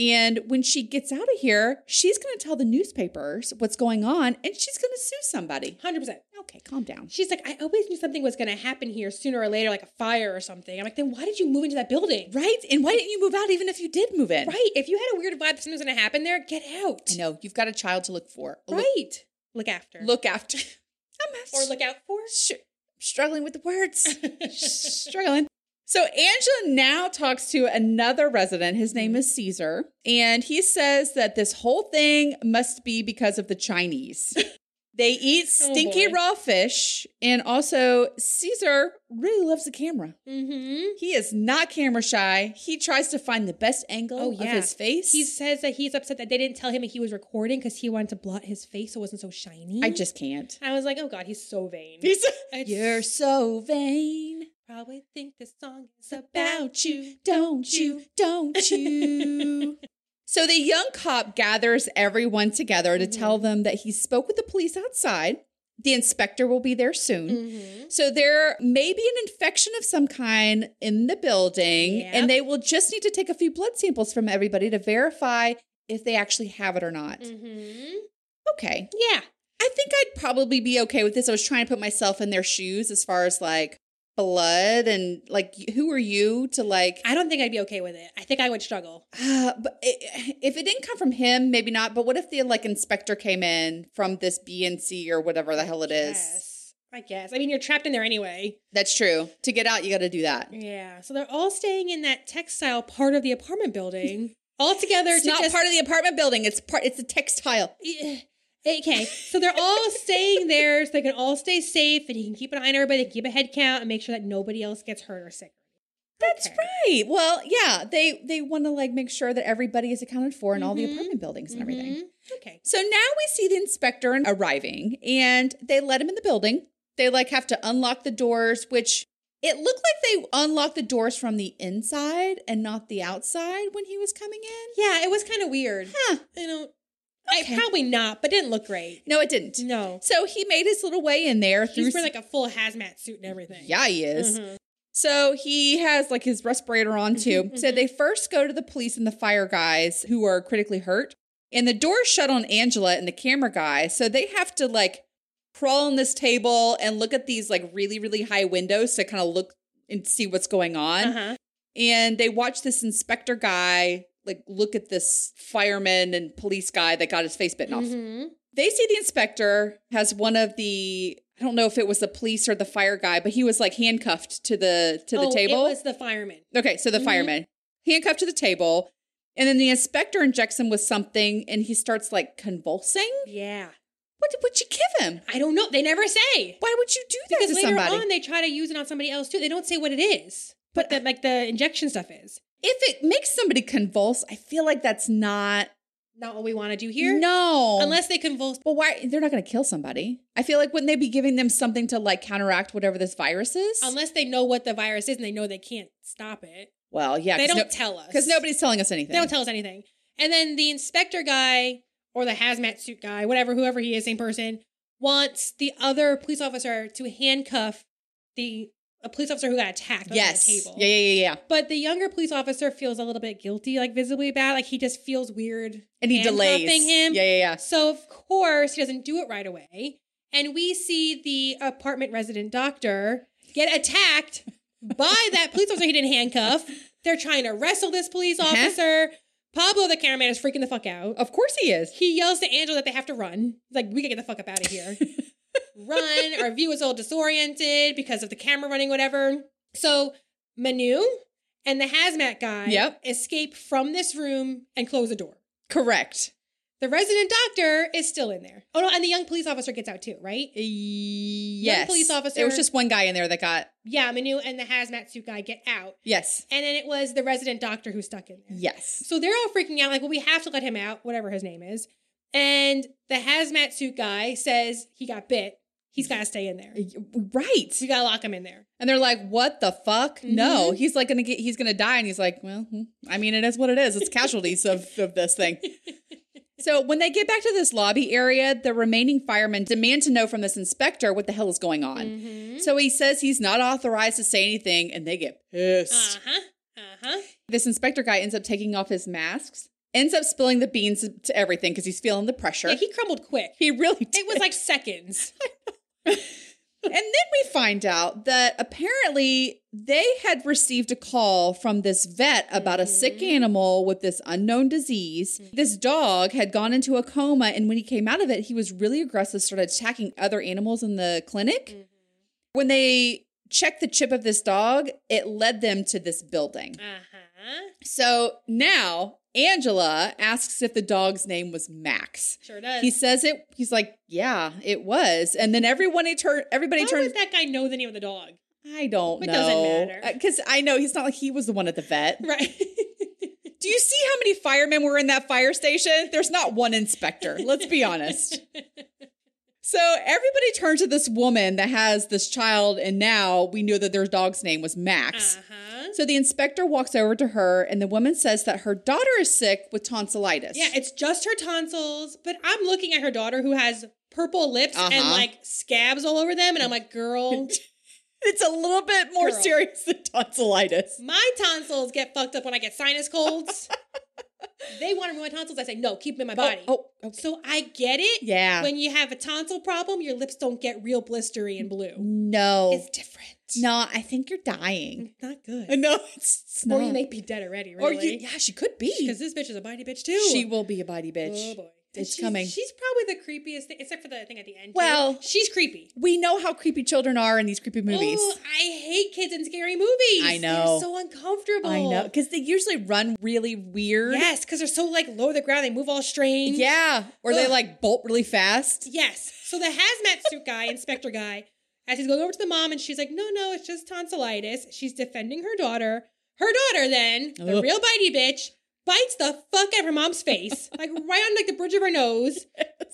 D: And when she gets out of here, she's going to tell the newspapers what's going on and she's going to sue somebody.
C: 100%.
D: Okay, calm down.
C: She's like, I always knew something was going to happen here sooner or later, like a fire or something. I'm like, then why did you move into that building?
D: Right? And why didn't you move out even if you did move in?
C: Right. If you had a weird vibe that something was going to happen there, get out.
D: I know. You've got a child to look for. Look-
C: Right. Look after.
D: Look after. I'm
C: Or look out for.
D: Sh- struggling with the words. struggling. So Angela now talks to another resident. His name is Caesar, and he says that this whole thing must be because of the Chinese. they eat
C: Oh,
D: stinky
C: boy.
D: raw fish, and also Caesar really loves the camera.
C: Mm-hmm.
D: He is not camera shy. He tries to find the best angle
C: Oh, yeah.
D: of his face.
C: He says that he's upset that they didn't tell him he was recording because he wanted to blot his face so it wasn't so shiny.
D: I just can't.
C: I was like, oh God, he's so vain.
D: He's
C: Hmm? It's-
D: You're so vain.
C: Probably think this song is about
D: about you, don't you, don't you. so the young cop gathers everyone together to tell them that he spoke with the police outside. The inspector will be there soon.
C: Mm-hmm.
D: So there may be an infection of some kind in the building,
C: Yep.
D: and they will just need to take a few blood samples from everybody to verify if they actually have it or not.
C: Mm-hmm.
D: Okay.
C: Yeah.
D: I think I'd probably be okay with this. I was trying to put myself in their shoes as far as like blood and like who are you to like
C: I don't think I'd be okay with it. I think I would struggle.
D: Uh, but i if it didn't come from him, maybe not. But what if the like inspector came in from this BNC or whatever the hell it is?
C: Yes. I guess. I mean, you're trapped in there anyway.
D: That's true. To get out, you got to do that.
C: Yeah. So they're all staying in that textile part of the apartment building all together.
D: It's
C: to
D: not
C: just-
D: part of the apartment building. It's part. It's a textile.
C: Eh, Okay. So they're all staying there so they can all stay safe and he can keep an eye on everybody, they can keep a head count and make sure that nobody else gets hurt or sick.
D: That's
C: Okay.
D: right. Well, yeah, they they want to like make sure that everybody is accounted for in all
C: Mm-hmm.
D: the apartment buildings and everything.
C: Mhm. Okay.
D: So now we see the inspector arriving and they let him in the building. They like have to unlock the doors, which it looked like they unlocked the doors from the inside and not the outside when he was coming in.
C: Yeah, it was kind of weird.
D: Huh.
C: You know,
D: Okay.
C: I probably not, but didn't look great.
D: No, it didn't.
C: No.
D: So he made his little way in there through
C: He's wearing like a full hazmat suit and everything.
D: Yeah, he is.
C: Mhm.
D: So he has like his respirator on too. So they first go to the police and the fire guys who are critically hurt. And the door shut on Angela and the camera guy. So they have to like crawl on this table and look at these like really, really high windows to kind of look and see what's going on.
C: Uh-huh.
D: And they watch this inspector guy like look at this fireman and police guy that got his face bitten off
C: Mhm.
D: they see the inspector has one of the I don't know if it was the police or the fire guy, but he was like handcuffed to the to the
C: Oh,
D: table.
C: It was Mm-hmm. the fireman.
D: okay, so the fireman handcuffed to the table, and then the inspector injects him with something, and he starts like convulsing.
C: Yeah.
D: What did- would you give him?
C: I don't know. They never say.
D: Why would you do that
C: Because
D: to
C: later
D: somebody?
C: on, they try to use it on somebody else too. They don't say what it is, but that like the injection stuff is
D: if it makes somebody convulse, I feel like that's not
C: not what we want to do here.
D: No,
C: unless they convulse.
D: But why they're not going to kill somebody? I feel like wouldn't they be giving them something to like counteract whatever this virus is?
C: Unless they know what the virus is and they know they can't stop it.
D: well, yeah,
C: they
D: 'cause
C: don't
D: no-
C: tell us
D: because nobody's telling us anything.
C: They don't tell us anything. And then the inspector guy or the hazmat suit guy, whatever, whoever he is, same person, wants the other police officer to handcuff the a police officer who got attacked on
D: yes.
C: the table.
D: Yeah, yeah, yeah, yeah.
C: But the younger police officer feels a little bit guilty, like visibly bad. Like he just feels weird.
D: And he delays.
C: handcuffing him.
D: Yeah, yeah, yeah.
C: So of course he doesn't do it right away. And we see the apartment resident doctor get attacked by that police officer he didn't handcuff. They're trying to wrestle this police
D: Uh-huh.
C: officer. Pablo the cameraman is freaking the fuck out.
D: Of course he is.
C: He yells to Angela that they have to run. He's like, we gotta get the fuck up out of here. run. Our view is all disoriented because of the camera running, whatever. So Manu and the hazmat guy
D: Yep.
C: escape from this room and close the door.
D: Correct.
C: The resident doctor is still in there. Oh no, and the young police officer gets out too, right?
D: Yes.
C: police officer-
D: It was just one guy in there that got.
C: Yeah, Manu and the hazmat suit guy get out.
D: Yes.
C: And then it was the resident doctor who stuck in there.
D: Yes.
C: So they're all freaking out, like, well, we have to let him out, whatever his name is. And the hazmat suit guy says he got bit. He's got to stay in there.
D: Right.
C: We got to lock him in there.
D: And they're like, "What the fuck?
C: Mm-hmm.
D: No, he's like gonna get. He's gonna die." And he's like, "Well, hmm, I mean, it is what it is. It's casualties of of this thing." So when they get back to this lobby area, the remaining firemen demand to know from this inspector what the hell is going on.
C: Mm-hmm.
D: So he says he's not authorized to say anything, and they get pissed.
C: Uh huh. Uh huh.
D: This inspector guy ends up taking off his masks, ends up spilling the beans to everything because he's feeling the pressure.
C: Yeah, he crumbled quick.
D: he really did.
C: It was like seconds.
D: and then we find out that apparently they had received a call from this vet about a sick
C: Mm-hmm.
D: animal with this unknown disease. This dog had gone into a coma, and when he came out of it, he was really aggressive, started attacking other animals in the clinic.
C: Mm-hmm.
D: When they checked the chip of this dog, it led them to this building.
C: Uh huh.
D: So now Angela asks if the dog's name was Max.
C: Sure does.
D: He says it. He's like, "Yeah, it was." And then everyone he turn everybody
C: How
D: turns.
C: would that guy know the name of the dog?
D: I don't
C: It
D: know.
C: doesn't matter.
D: because I know he's not like he was the one at the vet.
C: Right.
D: Do you see how many firemen were in that fire station? There's not one inspector. Let's be honest. So everybody turns to this woman that has this child, and now we know that their dog's name was Max.
C: uh huh.
D: So the inspector walks over to her, and the woman says that her daughter is sick with tonsillitis.
C: Yeah, it's just her tonsils, but I'm looking at her daughter who has purple lips and
D: Uh-huh.
C: like scabs all over them. And I'm like, girl,
D: It's a little bit more
C: Girl.
D: serious than tonsillitis.
C: my tonsils get fucked up when I get sinus colds. they want to remove my tonsils. I say, no, keep them in my body.
D: Oh, oh, okay.
C: So I get it.
D: Yeah.
C: When you have a tonsil problem, your lips don't get real blistery and blue.
D: no.
C: It's different.
D: no, I think you're dying.
C: It's not good.
D: No, it's, it's
C: or
D: not.
C: you may be dead already,
D: Or
C: really.
D: you, yeah, she could be.
C: Because this bitch is a mighty bitch too.
D: She will be a body bitch.
C: Oh boy. And
D: It's
C: she's-
D: coming.
C: She's probably the creepiest thing, except for the thing at the end.
D: Well-
C: she's creepy.
D: we know how creepy children are in these creepy movies.
C: Oh, I hate kids in scary movies.
D: I know.
C: They're so uncomfortable.
D: I know because they usually run really weird.
C: Yes, because they're so like low to the ground. They move all strange.
D: Yeah, or they
C: Ugh.
D: like bolt really fast.
C: Yes. So the hazmat suit guy, inspector guy, as he's going over to the mom and she's like, no, no, it's just tonsillitis. She's defending her daughter. Her daughter then, the
D: Ugh.
C: real bitey bitch, bites the fuck out of her mom's face, like right on like the bridge of her nose.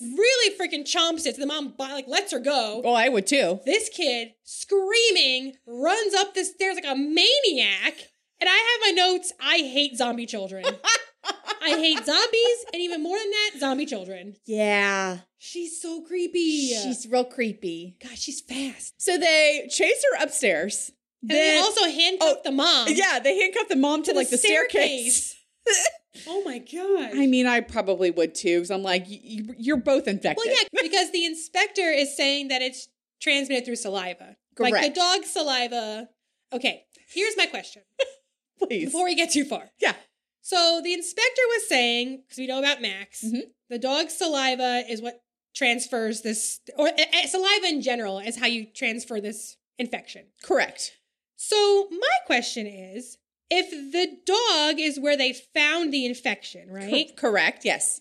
C: Really freaking chomps it. So the mom bi- like lets her go.
D: Oh, I would too.
C: This kid screaming runs up the stairs like a maniac. And I have my notes. I hate zombie children. I hate zombies, and even more than that, zombie children.
D: Yeah,
C: She's so creepy.
D: she's real creepy.
C: God, she's fast.
D: So they chase her upstairs.
C: And they also handcuffed
D: oh,
C: the mom.
D: yeah, they handcuff the mom to, like the staircase.
C: oh my god.
D: I mean, I probably would too because I'm like, y- y- you're both infected.
C: well, yeah, because the inspector is saying that it's transmitted through saliva. Like
D: Correct.
C: the dog's saliva. Okay, here's my question
D: please.
C: before we get too far.
D: yeah,
C: So the inspector was saying, because we know about Max,
D: Mm-hmm.
C: the dog's saliva is what transfers this, or uh, saliva in general is how you transfer this infection.
D: correct.
C: So my question is, if the dog is where they found the infection, right?
D: Cor- correct. Yes.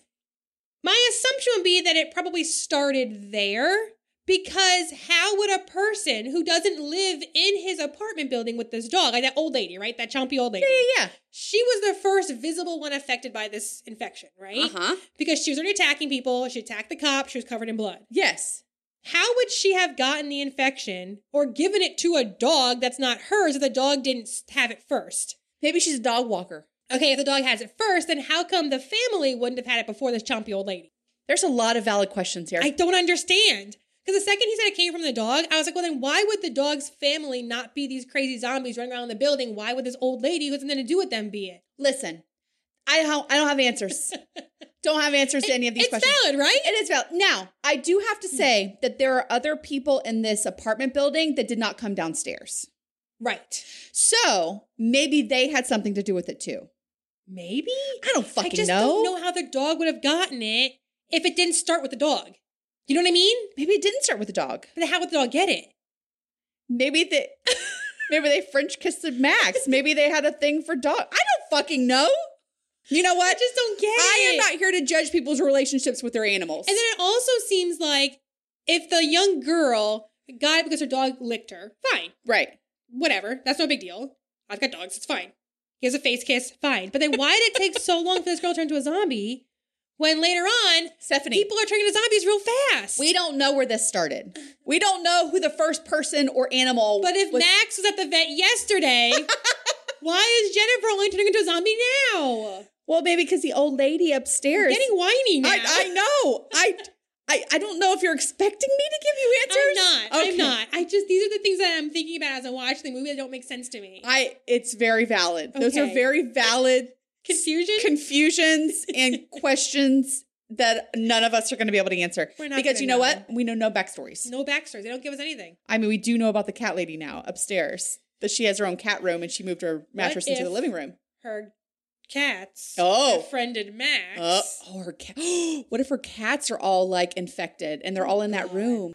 C: My assumption would be that it probably started there because how would a person who doesn't live in his apartment building with this dog, like that old lady, right? That chompy old lady.
D: Yeah, yeah.
C: She was the first visible one affected by this infection, right?
D: Uh-huh.
C: Because she was already attacking people. She attacked the cop. She was covered in blood.
D: Yes.
C: How would she have gotten the infection or given it to a dog that's not hers if the dog didn't s- have it first?
D: Maybe she's a dog walker.
C: Okay, if the dog has it first, then how come the family wouldn't have had it before this chompy old lady?
D: There's a lot of valid questions here.
C: I don't understand. Because the second he said it came from the dog, I was like, well, then why would the dog's family not be these crazy zombies running around the building? Why would this old lady who has nothing to do with them be it?
D: Listen, I don't, I don't have answers. don't have answers to any of these
C: It's
D: questions.
C: valid, right?
D: It is valid. Now, I do have
C: Hmm.
D: to say that there are other people in this apartment building that did not come downstairs.
C: Right.
D: So maybe they had something to do with it too.
C: Maybe?
D: I don't fucking
C: I just
D: know.
C: don't know how the dog would have gotten it if it didn't start with the dog. You know what I mean?
D: Maybe it didn't start with a dog.
C: But then how would the dog get it?
D: Maybe they maybe they French kissed the Max. Maybe they had a thing for dog. I don't fucking know. You know what?
C: I just don't get
D: I
C: it.
D: am not here to judge people's relationships with their animals.
C: And then it also seems like if the young girl got it because her dog licked her, fine.
D: right.
C: whatever. That's no big deal. I've got dogs. It's fine. Gives a face kiss. Fine. But then why did it take so long for this girl to turn into a zombie when later on
D: Stephanie.
C: people are turning into zombies real fast?
D: We don't know where this started. We don't know who the first person or animal
C: but if
D: was.
C: Max was at the vet yesterday, why is Jennifer only turning into a zombie now?
D: well, maybe because the old lady upstairs.
C: Getting whiny now.
D: I, I know. I, I I don't know if you're expecting me to give you
C: am
D: answers.
C: not. I'm not. I just these are the things that I'm thinking about as I'm watching the movie that don't make sense to me.
D: I it's very valid. Those are
C: Okay.
D: very valid
C: Confusion.
D: confusions and questions that none of us are going to be able to answer.
C: We're not
D: because
C: gonna
D: you know,
C: know.
D: what? We know no backstories.
C: no backstories. They don't give us anything.
D: I mean, we do know about the cat lady now upstairs. That she has her own cat room and she moved her mattress into
C: if-
D: the living room.
C: Her cats
D: Oh.
C: befriended Max.
D: Uh, oh, her cat. what if her cats are all like infected and they're all in that room?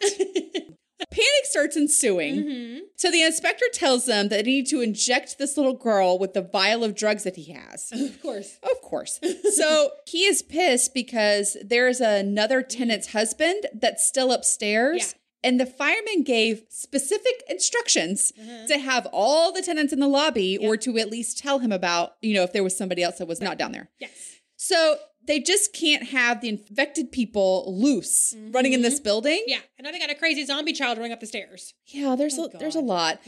D: Panic starts ensuing. So the inspector tells them that they need to inject this little girl with the vial of drugs that he has.
C: Of course.
D: Of course. So he is pissed because there's another tenant's husband that's still upstairs.
C: Yeah.
D: And the fireman gave specific instructions to have all the tenants in the lobby or to at least tell him about, you know, if there was somebody else that was not down there.
C: Yes.
D: So they just can't have the infected people loose running in this building.
C: Yeah, and now they got a crazy zombie child running up the stairs.
D: Yeah, there's a, there's a lot.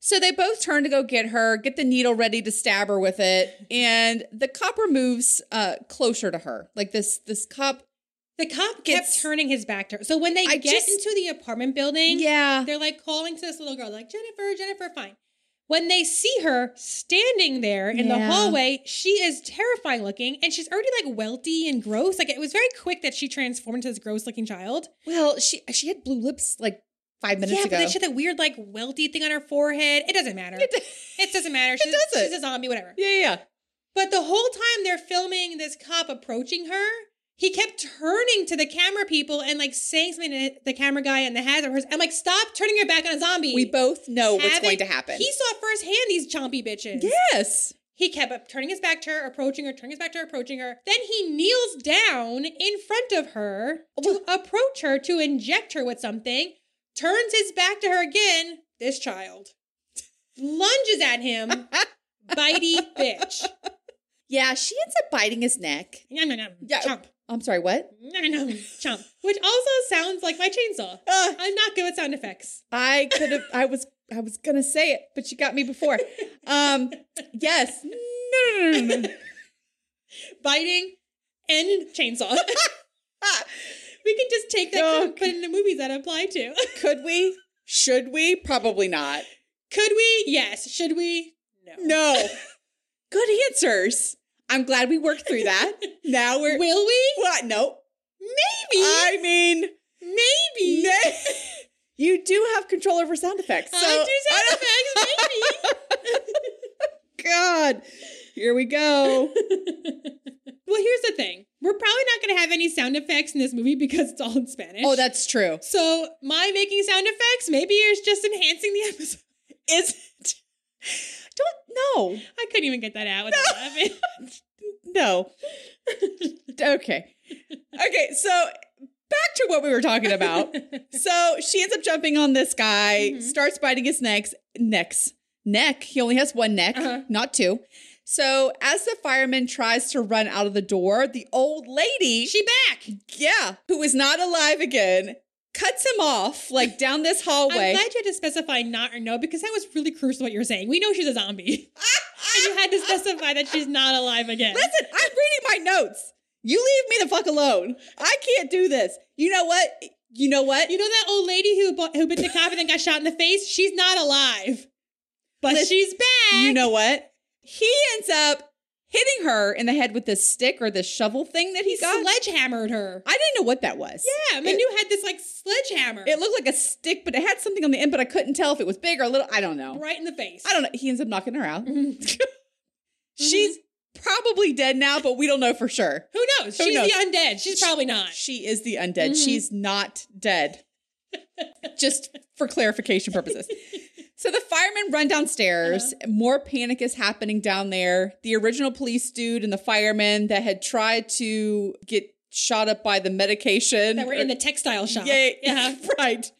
D: So they both turn to go get her, get the needle ready to stab her with it, and the copper moves uh, closer to her. Like this this cop
C: The cop kept
D: It's-
C: turning his back to her. So when they
D: I
C: get
D: just-
C: into the apartment building,
D: Yeah.
C: they're like calling to this little girl, like Jennifer, Jennifer, fine. When they see her standing there in the
D: Yeah.
C: hallway, she is terrifying looking, and she's already like welty and gross. Like it was very quick that she transformed into this gross looking child.
D: Well, she she had blue lips like five minutes
C: yeah,
D: ago.
C: but then she had that weird like welty thing on her forehead. It doesn't matter. It, doesn't matter. She's,
D: doesn't.
C: she's a zombie, whatever.
D: yeah, yeah, yeah.
C: But the whole time they're filming this cop approaching her, he kept turning to the camera people and like saying something to the camera guy and the hazard person. I'm like, stop turning your back on a zombie.
D: We both know Oh, what's
C: Having-
D: going to happen.
C: He saw firsthand these chompy bitches.
D: yes.
C: He kept up turning his back to her, approaching her, turning his back to her, approaching her. Then he kneels down in front of her to
D: Oh.
C: approach her to inject her with something, turns his back to her again. This child lunges at him, bitey bitch.
D: Yeah, she ends up biting his neck.
C: Nom, nom, nom.
D: Yeah.
C: Chomp.
D: I'm sorry, what?
C: Nom, nom, nom. Chomp. Which also sounds like my chainsaw.
D: Uh,
C: I'm not good with sound effects.
D: I could have I was I was gonna say it, but you got me before. Um yes. No, no, no, no, no.
C: Biting and chainsaw. we can just take that
D: No,
C: and put it in the movies that apply to.
D: Could we? Should we? Probably not.
C: Could we? Yes. Should we?
D: No. Good answers. I'm glad we worked through that. Now we're
C: Will we?
D: what? No.
C: Maybe.
D: I mean
C: maybe.
D: nay. You do have control over sound effects. So
C: I do sound effects. Maybe.
D: God. Here we go.
C: Well, here's the thing. We're probably not going to have any sound effects in this movie because it's all in Spanish.
D: Oh, that's true.
C: So my making sound effects maybe is just enhancing the episode.
D: Is it? Don't know.
C: I couldn't even get that out without laughing.
D: No. okay. Okay, so back to what we were talking about. so she ends up jumping on this guy,
C: Mm-hmm.
D: starts biting his necks, necks, neck. He only has one neck,
C: Uh-huh.
D: not two. So as the fireman tries to run out of the door, the old lady,
C: She back.
D: yeah, who is not alive again, cuts him off like down this hallway.
C: I'm glad you had to specify not or no because that was really crucial what you were saying. We know she's a zombie. and you had to specify that she's not alive again.
D: Listen, I'm reading my notes. You leave me the fuck alone. I can't do this. You know what? You know what?
C: You know that old lady who bought, who bit the cop and then got shot in the face? She's not alive. But
D: Listen,
C: she's back.
D: You know what? He ends up hitting her in the head with this stick or this shovel thing that he,
C: he
D: got.
C: sledgehammered her.
D: I didn't know what that was.
C: Yeah,
D: It-
C: Manu had this like sledgehammer.
D: It looked like a stick, but it had something on the end, but I couldn't tell if it was big or little. I don't know.
C: right Mm-hmm. in the face.
D: I don't know. He ends up knocking her out. She's
C: Mm-hmm.
D: probably dead now, but we don't know for sure.
C: Who knows?
D: Who
C: she's
D: knows?
C: the undead. She's probably not. Mm-hmm.
D: She is the undead. She's not dead. Just for clarification purposes. So the firemen run downstairs.
C: Uh-huh.
D: More panic is happening down there. The original police dude and the firemen that had tried to get shot up by the medication.
C: that were in the textile shop. Uh-huh.
D: yeah,
C: Yeah.
D: right.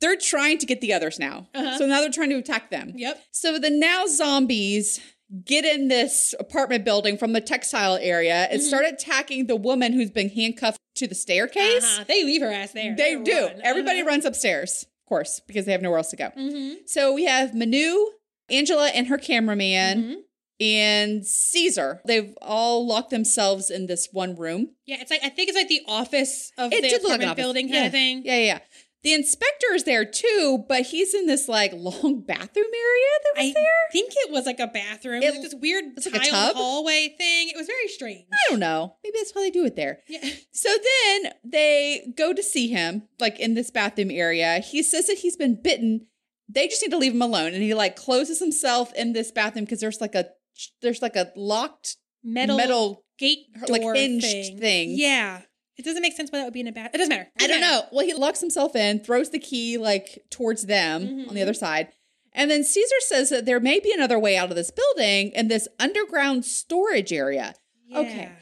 D: They're trying to get the others now.
C: Uh-huh.
D: So now they're trying to attack them.
C: Yep.
D: So the now zombies get in this apartment building from the textile area and
C: Mm-hmm.
D: start attacking the woman who's been handcuffed to the staircase.
C: Uh-huh. They leave her ass there.
D: They do.
C: run.
D: Everybody
C: Uh-huh.
D: runs upstairs, of course, because they have nowhere else to
C: Mm-hmm.
D: go. So we have Manu, Angela, and her cameraman,
C: Mm-hmm.
D: and Caesar. They've all locked themselves in this one room.
C: Yeah, it's like I think it's like the office of the
D: look
C: apartment
D: an office.
C: building kind
D: yeah.
C: of thing.
D: Yeah, yeah, yeah. The inspector is there too, but he's in this like long bathroom area that was
C: I
D: there.
C: think it was like a bathroom. It, was like this weird
D: it's
C: tiled
D: like a tub?
C: hallway thing. It was very strange.
D: I don't know. Maybe that's why they do it there. So then they go to see him, like in this bathroom area. He says that he's been bitten. They just need to leave him alone, and he like closes himself in this bathroom because there's like a there's like a locked
C: Metal,
D: Metal,
C: gate
D: like,
C: door
D: hinged
C: thing.
D: thing.
C: Yeah, it doesn't make sense why that would be in a bath. It doesn't matter.
D: I don't
C: Doesn't matter.
D: know. Well, he locks himself in, throws the key like towards them on the other side. And then Caesar says that there may be another way out of this building in this underground storage area. Okay.
C: Yeah.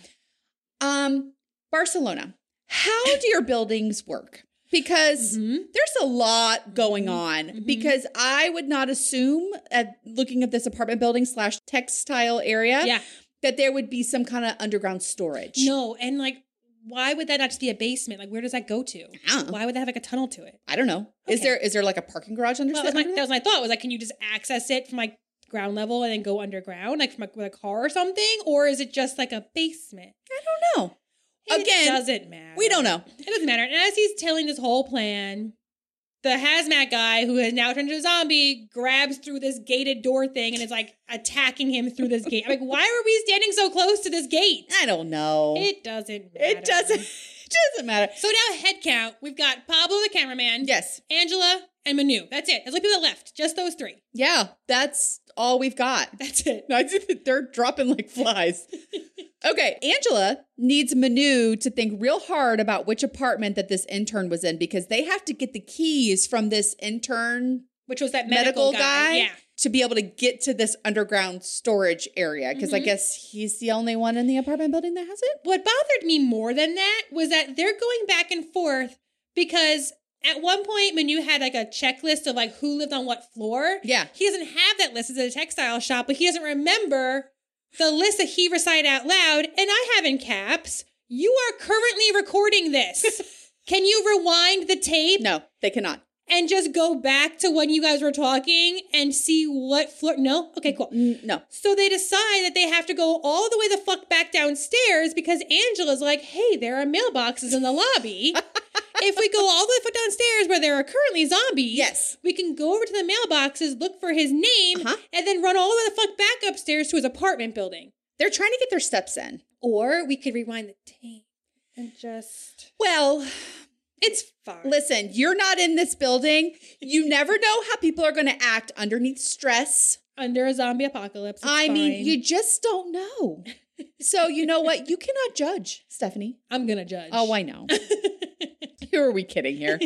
D: Um, Barcelona, how do your buildings work?
C: Mm-hmm.
D: Because there's a lot going on. Because I would not assume, at looking at this apartment building slash textile area,
C: Yeah.
D: that there would be some kind of underground storage.
C: No, and like, why would that not just be a basement? Like, where does that go to?
D: don't know.
C: Why would that have like a tunnel to it?
D: I don't know. Is
C: Okay.
D: there is there like a parking garage under
C: Well,
D: under
C: that was, my,
D: there?
C: that was my thought. Was like, can you just access it from like ground level and then go underground, like from a, with a car or something, or is it just like a basement?
D: I don't know.
C: It
D: Again,
C: doesn't matter.
D: we don't know.
C: It doesn't matter. And as he's telling this whole plan, the hazmat guy who has now turned into a zombie grabs through this gated door thing and is like attacking him through this gate. I'm like, why were we standing so close to this gate?
D: I don't know.
C: It doesn't matter.
D: It doesn't. It doesn't matter.
C: So now head count, we've got Pablo the cameraman,
D: Yes.
C: Angela, and Manu. That's it. There's like people that left. Just those three.
D: Yeah. That's all we've got.
C: That's it.
D: No, I did- they're dropping like flies. Okay, Angela needs Manu to think real hard about which apartment that this intern was in because they have to get the keys from this intern
C: Which was that medical,
D: medical, guy,
C: Yeah.
D: to be able to get to this underground storage area because
C: Mm-hmm.
D: I guess he's the only one in the apartment building that has it.
C: What bothered me more than that was that they're going back and forth because at one point Manu had like a checklist of like who lived on what floor.
D: Yeah.
C: He doesn't have that list. It's at a textile shop, but he doesn't remember the list that he recited out loud. And I have in caps. You are currently recording this. Can you rewind the tape
D: No, they cannot.
C: and just go back to when you guys were talking and see what floor? No? Okay, cool.
D: N- No.
C: So they decide that they have to go all the way the fuck back downstairs because Angela's like, hey, there are mailboxes in the lobby. if we go all the way foot downstairs where there are currently zombies,
D: Yes.
C: we can go over to the mailboxes, look for his name,
D: Uh-huh.
C: and then run all the way the fuck back upstairs to his apartment building.
D: They're trying to get their steps in.
C: Or we could rewind the tape and just.
D: Well,
C: It's fine.
D: listen, you're not in this building. You never know how people are going to act underneath stress.
C: Under a zombie apocalypse. it's
D: I mean,
C: fine.
D: you just don't know. So, you know what? You cannot judge, Stephanie.
C: I'm gonna judge.
D: Oh, I know. Who are we kidding here?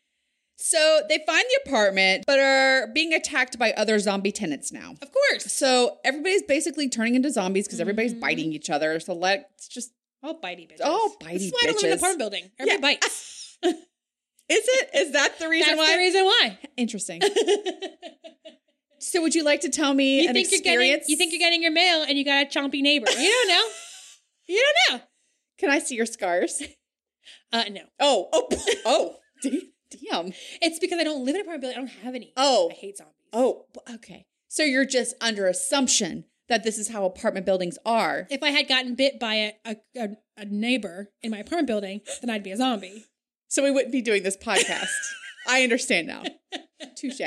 D: so, they find the apartment, but are being attacked by other zombie tenants now.
C: Of course.
D: So, everybody's basically turning into zombies because everybody's biting each other. So, let's just,
C: All bitey bitches.
D: All
C: This
D: bitey
C: is why I don't live in an
D: bitches.
C: apartment building. Everybody bites.
D: is it? Is that the reason
C: That's
D: why?
C: the reason why.
D: Interesting. so, would you like to tell me
C: you
D: an
C: think you're
D: experience?
C: getting you think you're getting your mail and you got a chompy neighbor. You don't know. you don't know.
D: Can I see your scars?
C: Uh no.
D: Oh, oh, oh, d- damn.
C: It's because I don't live in an apartment building. I don't have any.
D: Oh.
C: I hate zombies.
D: Oh, okay. So you're just under assumption that this is how apartment buildings are.
C: If I had gotten bit by a, a, a, a neighbor in my apartment building, then I'd be a zombie.
D: So we wouldn't be doing this podcast. I understand now. Touche.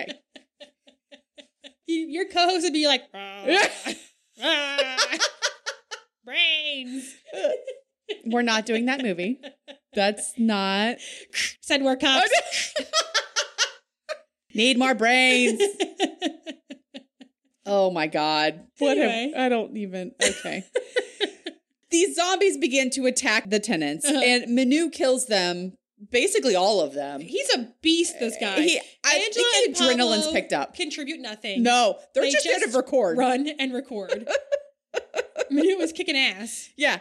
C: You, your co-host would be like, "Ah, ah, brains.
D: We're not doing that movie. That's not.
C: Said we're cops.
D: Need more brains. Oh my God. What have-
C: Anyway.
D: I don't even. Okay. These zombies begin to attack the tenants,
C: Uh-huh.
D: and Manu kills them, basically all of them.
C: He's a beast. This guy.
D: Uh, He- I think the
C: and
D: adrenaline's
C: Pablo
D: picked up.
C: Contribute nothing.
D: No, they're
C: They
D: just, there to record.
C: Run and record. Manu was kicking ass.
D: Yeah.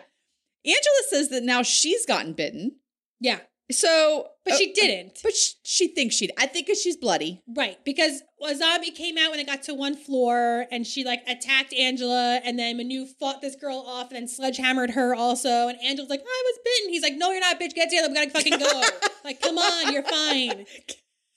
D: Angela says that now she's gotten bitten.
C: Yeah.
D: So,
C: But
D: uh,
C: she didn't.
D: But she, she thinks she'd. I think 'cause she's bloody.
C: Right, because a zombie came out when it got to one floor, and she like attacked Angela, and then Manu fought this girl off, and then sledgehammered her also. And Angela's like, "I was bitten." He's like, "No, you're not, bitch. Get together. We gotta fucking go. like, come on, you're fine.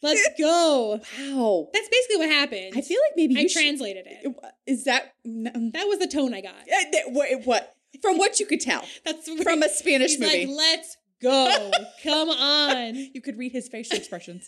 C: Let's go."
D: Wow.
C: That's basically what happened.
D: I feel like maybe
C: I
D: you should-
C: translated it.
D: Is that no,
C: That was the tone I got.
D: eh, that- what, what from what you could tell
C: That's
D: from a Spanish
C: He's
D: movie?
C: like, "Let's go. come on."
D: you could read his facial expressions.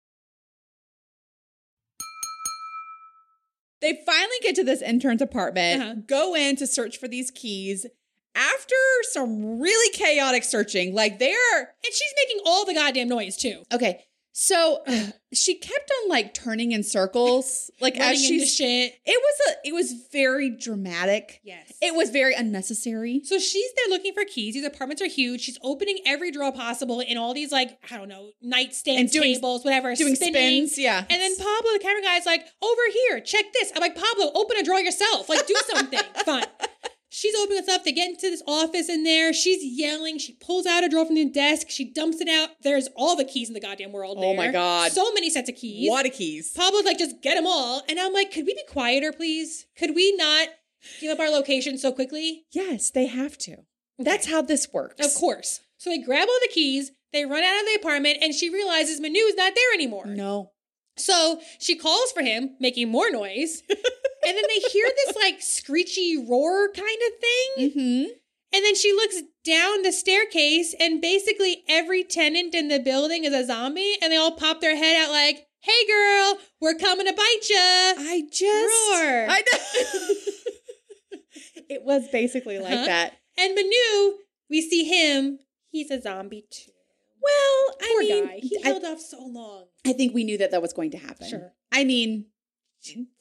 D: They finally get to this intern's apartment,
C: Uh-huh.
D: go in to search for these keys. After some really chaotic searching, like they're
C: And she's making all the goddamn noise too.
D: okay. So she kept on like turning in circles, like
C: Running
D: as
C: into
D: she's.
C: shit.
D: It was a. It was very dramatic.
C: Yes.
D: It was very unnecessary.
C: So she's there looking for keys. These apartments are huge. She's opening every drawer possible in all these like I don't know
D: And
C: nightstands,
D: doing-
C: tables, whatever,
D: doing
C: spinning.
D: spins, yeah.
C: And then Pablo, the camera guy's like, "Over here, check this." I'm like, "Pablo, open a drawer yourself. Like, do something." Fine. She's opening this up. They get into this office in there. She's yelling. She pulls out a drawer from the desk. She dumps it out. There's all the keys in the goddamn world.
D: Oh my
C: there.
D: God.
C: So many sets of keys.
D: What a keys.
C: Pablo's like, just get them all. And I'm like, could we be quieter, please? Could we not give up our location so quickly?
D: Yes, they have to. That's how this works.
C: Of course. So they grab all the keys, they run out of the apartment, and she realizes Manu is not there anymore.
D: No.
C: So she calls for him, making more noise. and then they hear this like screechy roar kind of thing.
D: Mm-hmm.
C: And then she looks down the staircase, and basically every tenant in the building is a zombie, and they all pop their head out like, hey girl, we're coming to bite ya.
D: I just
C: Roar.
D: I know. it was basically like
C: Uh-huh.
D: that.
C: And Manu, we see him. He's a zombie too.
D: Well, I
C: Poor
D: mean,
C: guy. He
D: I,
C: held off so long.
D: I think we knew that that was going to happen.
C: Sure.
D: I mean,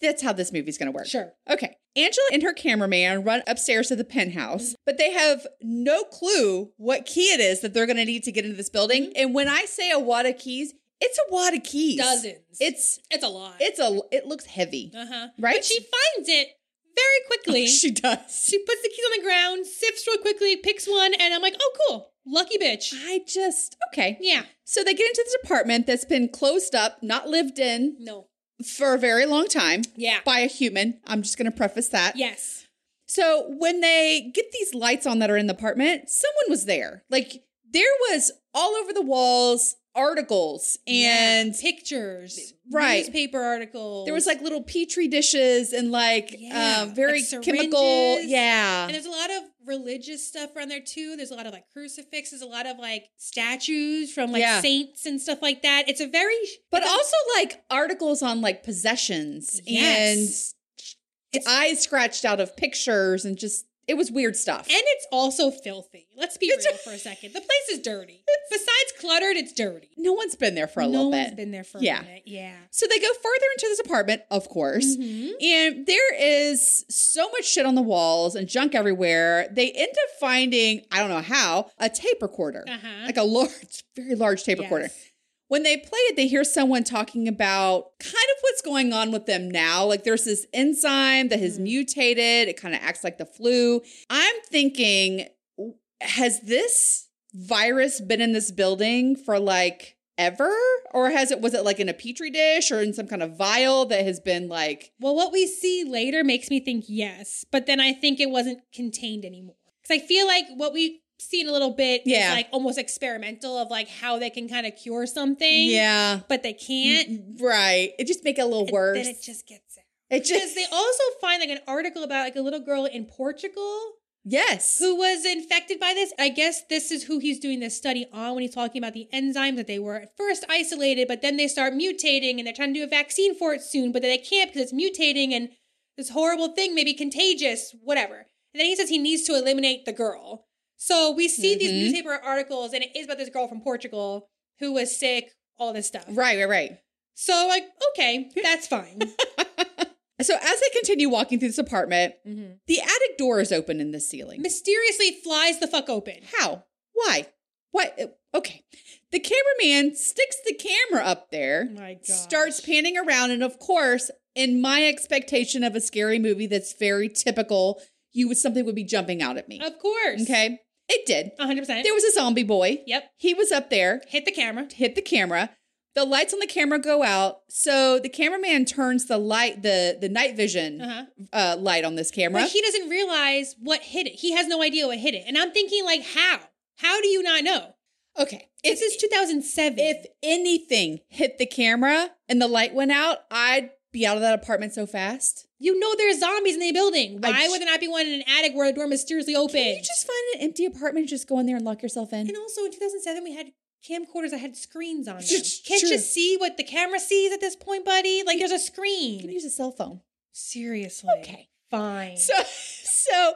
D: that's how this movie's going to work.
C: Sure.
D: Okay. Angela and her cameraman run upstairs to the penthouse, but they have no clue what key it is that they're going to need to get into this building.
C: Mm-hmm.
D: And when I say a wad of keys, it's a wad of keys.
C: Dozens.
D: It's
C: It's a lot.
D: it's a it looks heavy.
C: uh huh.
D: Right? Oh,
C: But she finds it very quickly. she-,
D: She does.
C: puts the keys on the ground, sifts real quickly, picks one, and I'm like, oh, cool. Lucky bitch.
D: I just okay.
C: Yeah.
D: So they get into this apartment that's been closed up, not lived in
C: No.
D: for a very long time
C: Yeah.
D: by a human. I'm just going to preface that.
C: Yes.
D: So when they get these lights on that are in the apartment, someone was there. Like there was all over the walls articles and
C: Yeah. pictures,
D: Right.
C: Newspaper articles.
D: there was like little petri dishes and like
C: Yeah,
D: um, very
C: like
D: chemical.
C: syringes.
D: Yeah.
C: And there's a lot of religious stuff around there too. There's a lot of like crucifixes, a lot of like statues from like
D: Yeah.
C: saints and stuff like that. It's a very
D: but also like articles on like possessions
C: Yes.
D: and eyes scratched out of pictures and just it was weird stuff.
C: And it's also filthy. Let's be real for a second. The place is dirty. Besides cluttered, it's dirty.
D: no one's been there for a
C: no
D: little
C: one's
D: bit.
C: been there for a
D: Yeah.
C: minute. Yeah.
D: So they go further into this apartment, of course,
C: Mm-hmm.
D: and there is so much shit on the walls and junk everywhere. They end up finding, I don't know how, a tape recorder,
C: Uh-huh.
D: like a large, very large tape recorder.
C: Yes.
D: When they play it, they hear someone talking about kind of what's going on with them now. Like there's this enzyme that
C: Mm-hmm.
D: has mutated, it kind of acts like the flu. I'm thinking, w- has this virus been in this building for like ever? Or has it, was it like in a petri dish or in some kind of vial that has been like,
C: Well, what we see later makes me think yes, but then I think it wasn't contained anymore. Because I feel like what we see in a little bit
D: Yeah.
C: is like almost experimental of like how they can kind of cure something.
D: yeah,
C: But they can't.
D: right. It just make it a little worse.
C: Then it just gets out.
D: it
C: Because
D: just,
C: they also find like an article about like a little girl in Portugal
D: yes.
C: who was infected by this. I guess this is who he's doing this study on when he's talking about the enzymes that they were at first isolated, but then they start mutating and they're trying to do a vaccine for it soon, but they can't because it's mutating and this horrible thing may be contagious, whatever. And then he says he needs to eliminate the girl. So we see these
D: Mhm.
C: newspaper articles and it is about this girl from Portugal who was sick, all this stuff.
D: Right, right, right.
C: So, like, okay, that's fine.
D: So as they continue walking through this apartment,
C: Mm-hmm.
D: the attic door is open in the ceiling.
C: Mysteriously flies the fuck open.
D: How? Why? Why? uh, Okay. The cameraman sticks the camera up there,
C: Oh my gosh.
D: starts panning around, and of course, in my expectation of a scary movie that's very typical, you would something would be jumping out at me.
C: Of course.
D: Okay. It did.
C: 100%.
D: There was a zombie boy.
C: Yep.
D: He was up there,
C: Hit the camera.
D: hit the camera. The lights on the camera go out, so the cameraman turns the light, the the night vision
C: Uh-huh.
D: uh, light on this camera.
C: But he doesn't realize what hit it. He has no idea what hit it. And I'm thinking, like, how? How do you not know?
D: okay,
C: This is 2007.
D: if anything hit the camera and the light went out, I'd be out of that apartment so fast.
C: you know there's zombies in the building,
D: I
C: why
D: j-
C: would there not be one in an attic where a door mysteriously
D: Can
C: opens?
D: you just find an empty apartment and just go in there and lock yourself in?
C: and also in 2007, we had camcorders that had screens on them.
D: It's
C: Can't
D: true.
C: you see what the camera sees at this point, buddy? Like, there's a screen.
D: You can use a cell phone.
C: Seriously.
D: Okay.
C: Fine.
D: So, so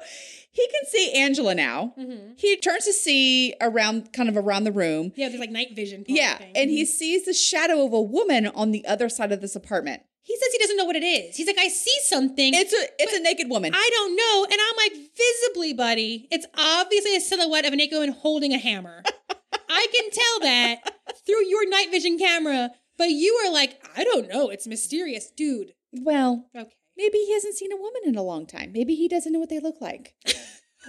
D: he can see Angela now.
C: Mhm.
D: He turns to see around, kind of around the room.
C: yeah, there's like night vision. part
D: Yeah,
C: thing.
D: and he sees the shadow of a woman on the other side of this apartment.
C: he says he doesn't know what it is. He's like, I see something.
D: It's a it's a naked woman.
C: I don't know. And I'm like, visibly, buddy, it's obviously a silhouette of an woman holding a hammer. I can tell that through your night vision camera. But you are like, I don't know. It's mysterious, dude.
D: well,
C: Okay.
D: maybe he hasn't seen a woman in a long time. Maybe he doesn't know what they look like.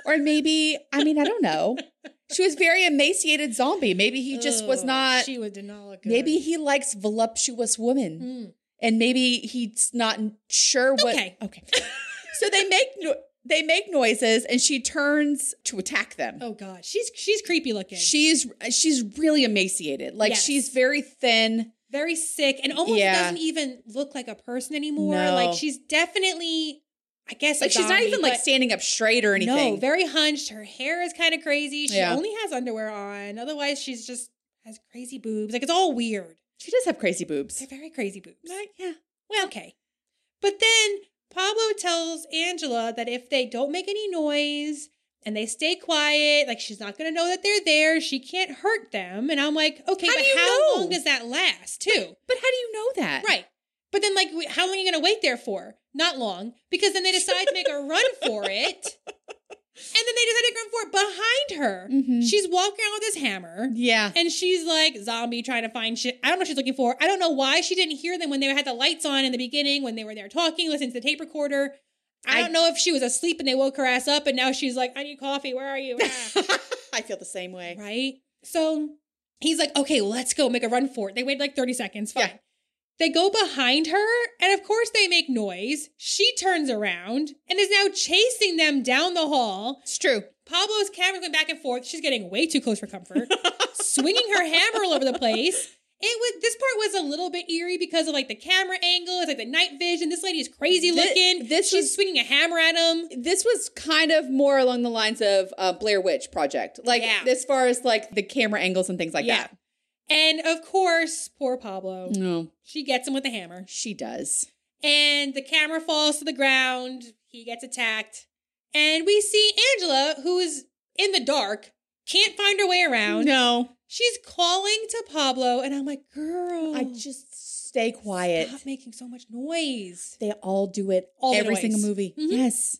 D: or maybe, I mean, I don't know. She was very emaciated zombie. Maybe he just was
C: Ugh,
D: not
C: Oh, She was not good.
D: maybe he likes voluptuous women.
C: Mm.
D: And maybe he's not sure what
C: Okay.
D: Okay. so they make no- they make noises and she turns to attack them.
C: Oh god, she's she's creepy looking. She's
D: She's she's really emaciated. Like
C: Yes.
D: she's very thin.
C: very sick and almost
D: Yeah.
C: doesn't even look like a person anymore.
D: No.
C: Like she's definitely, I guess, a
D: Like she's not
C: zombie,
D: even like
C: but
D: standing up straight or anything.
C: No, very hunched. Her hair is kind of crazy. She
D: Yeah.
C: only has underwear on. Otherwise, she's just has crazy boobs. Like it's all weird.
D: she does have crazy boobs.
C: They're very crazy boobs.
D: Right? Yeah.
C: Well, okay. But then Pablo tells Angela that if they don't make any noise and they stay quiet, like she's not going to know that they're there. She can't hurt them. And I'm like, okay,
D: How
C: but
D: do you
C: how
D: know?
C: long does that last, too?
D: But how do you know that?
C: Right. But then, like, wh- how long are you going to wait there for? Not long, because then they decide to make a run for it. And then they decide to run for it behind her.
D: Mhm.
C: She's walking around with this hammer.
D: Yeah.
C: And she's like zombie trying to find shit. I don't know what she's looking for. I don't know why she didn't hear them when they had the lights on in the beginning, when they were there talking, listening to the tape recorder. I,
D: I-
C: don't know if she was asleep and they woke her ass up and now she's like, I need coffee. Where are you? Ah.
D: I feel the same way.
C: right? So he's like, okay, well, let's go make a run for it. They wait like 30 seconds. Fine.
D: Yeah.
C: They go behind her and of course they make noise. She turns around and is now chasing them down the hall.
D: It's true.
C: Pablo's camera going back and forth. She's getting way too close for comfort, swinging her hammer all over the place. It was this part was a little bit eerie because of like the camera angle. It's like the night vision. This lady's crazy
D: Thi-
C: looking.
D: this
C: she's
D: was-
C: swinging a hammer at him.
D: This was kind of more along the lines of uh, Blair Witch Project, like
C: Yeah.
D: as far as like the camera angles and things like
C: Yeah.
D: that. Mm.
C: And of course, poor Pablo.
D: No,
C: She gets him with a hammer,
D: she does.
C: and the camera falls to the ground. He gets attacked, and we see Angela, who is in the dark, can't find her way around.
D: No,
C: She's calling to Pablo, and I'm like, "Girl,
D: I just stay quiet.
C: Stop making so much noise.
D: They all Mm-hmm. do it.
C: All the
D: every
C: noise.
D: single movie.
C: Mhm.
D: Yes.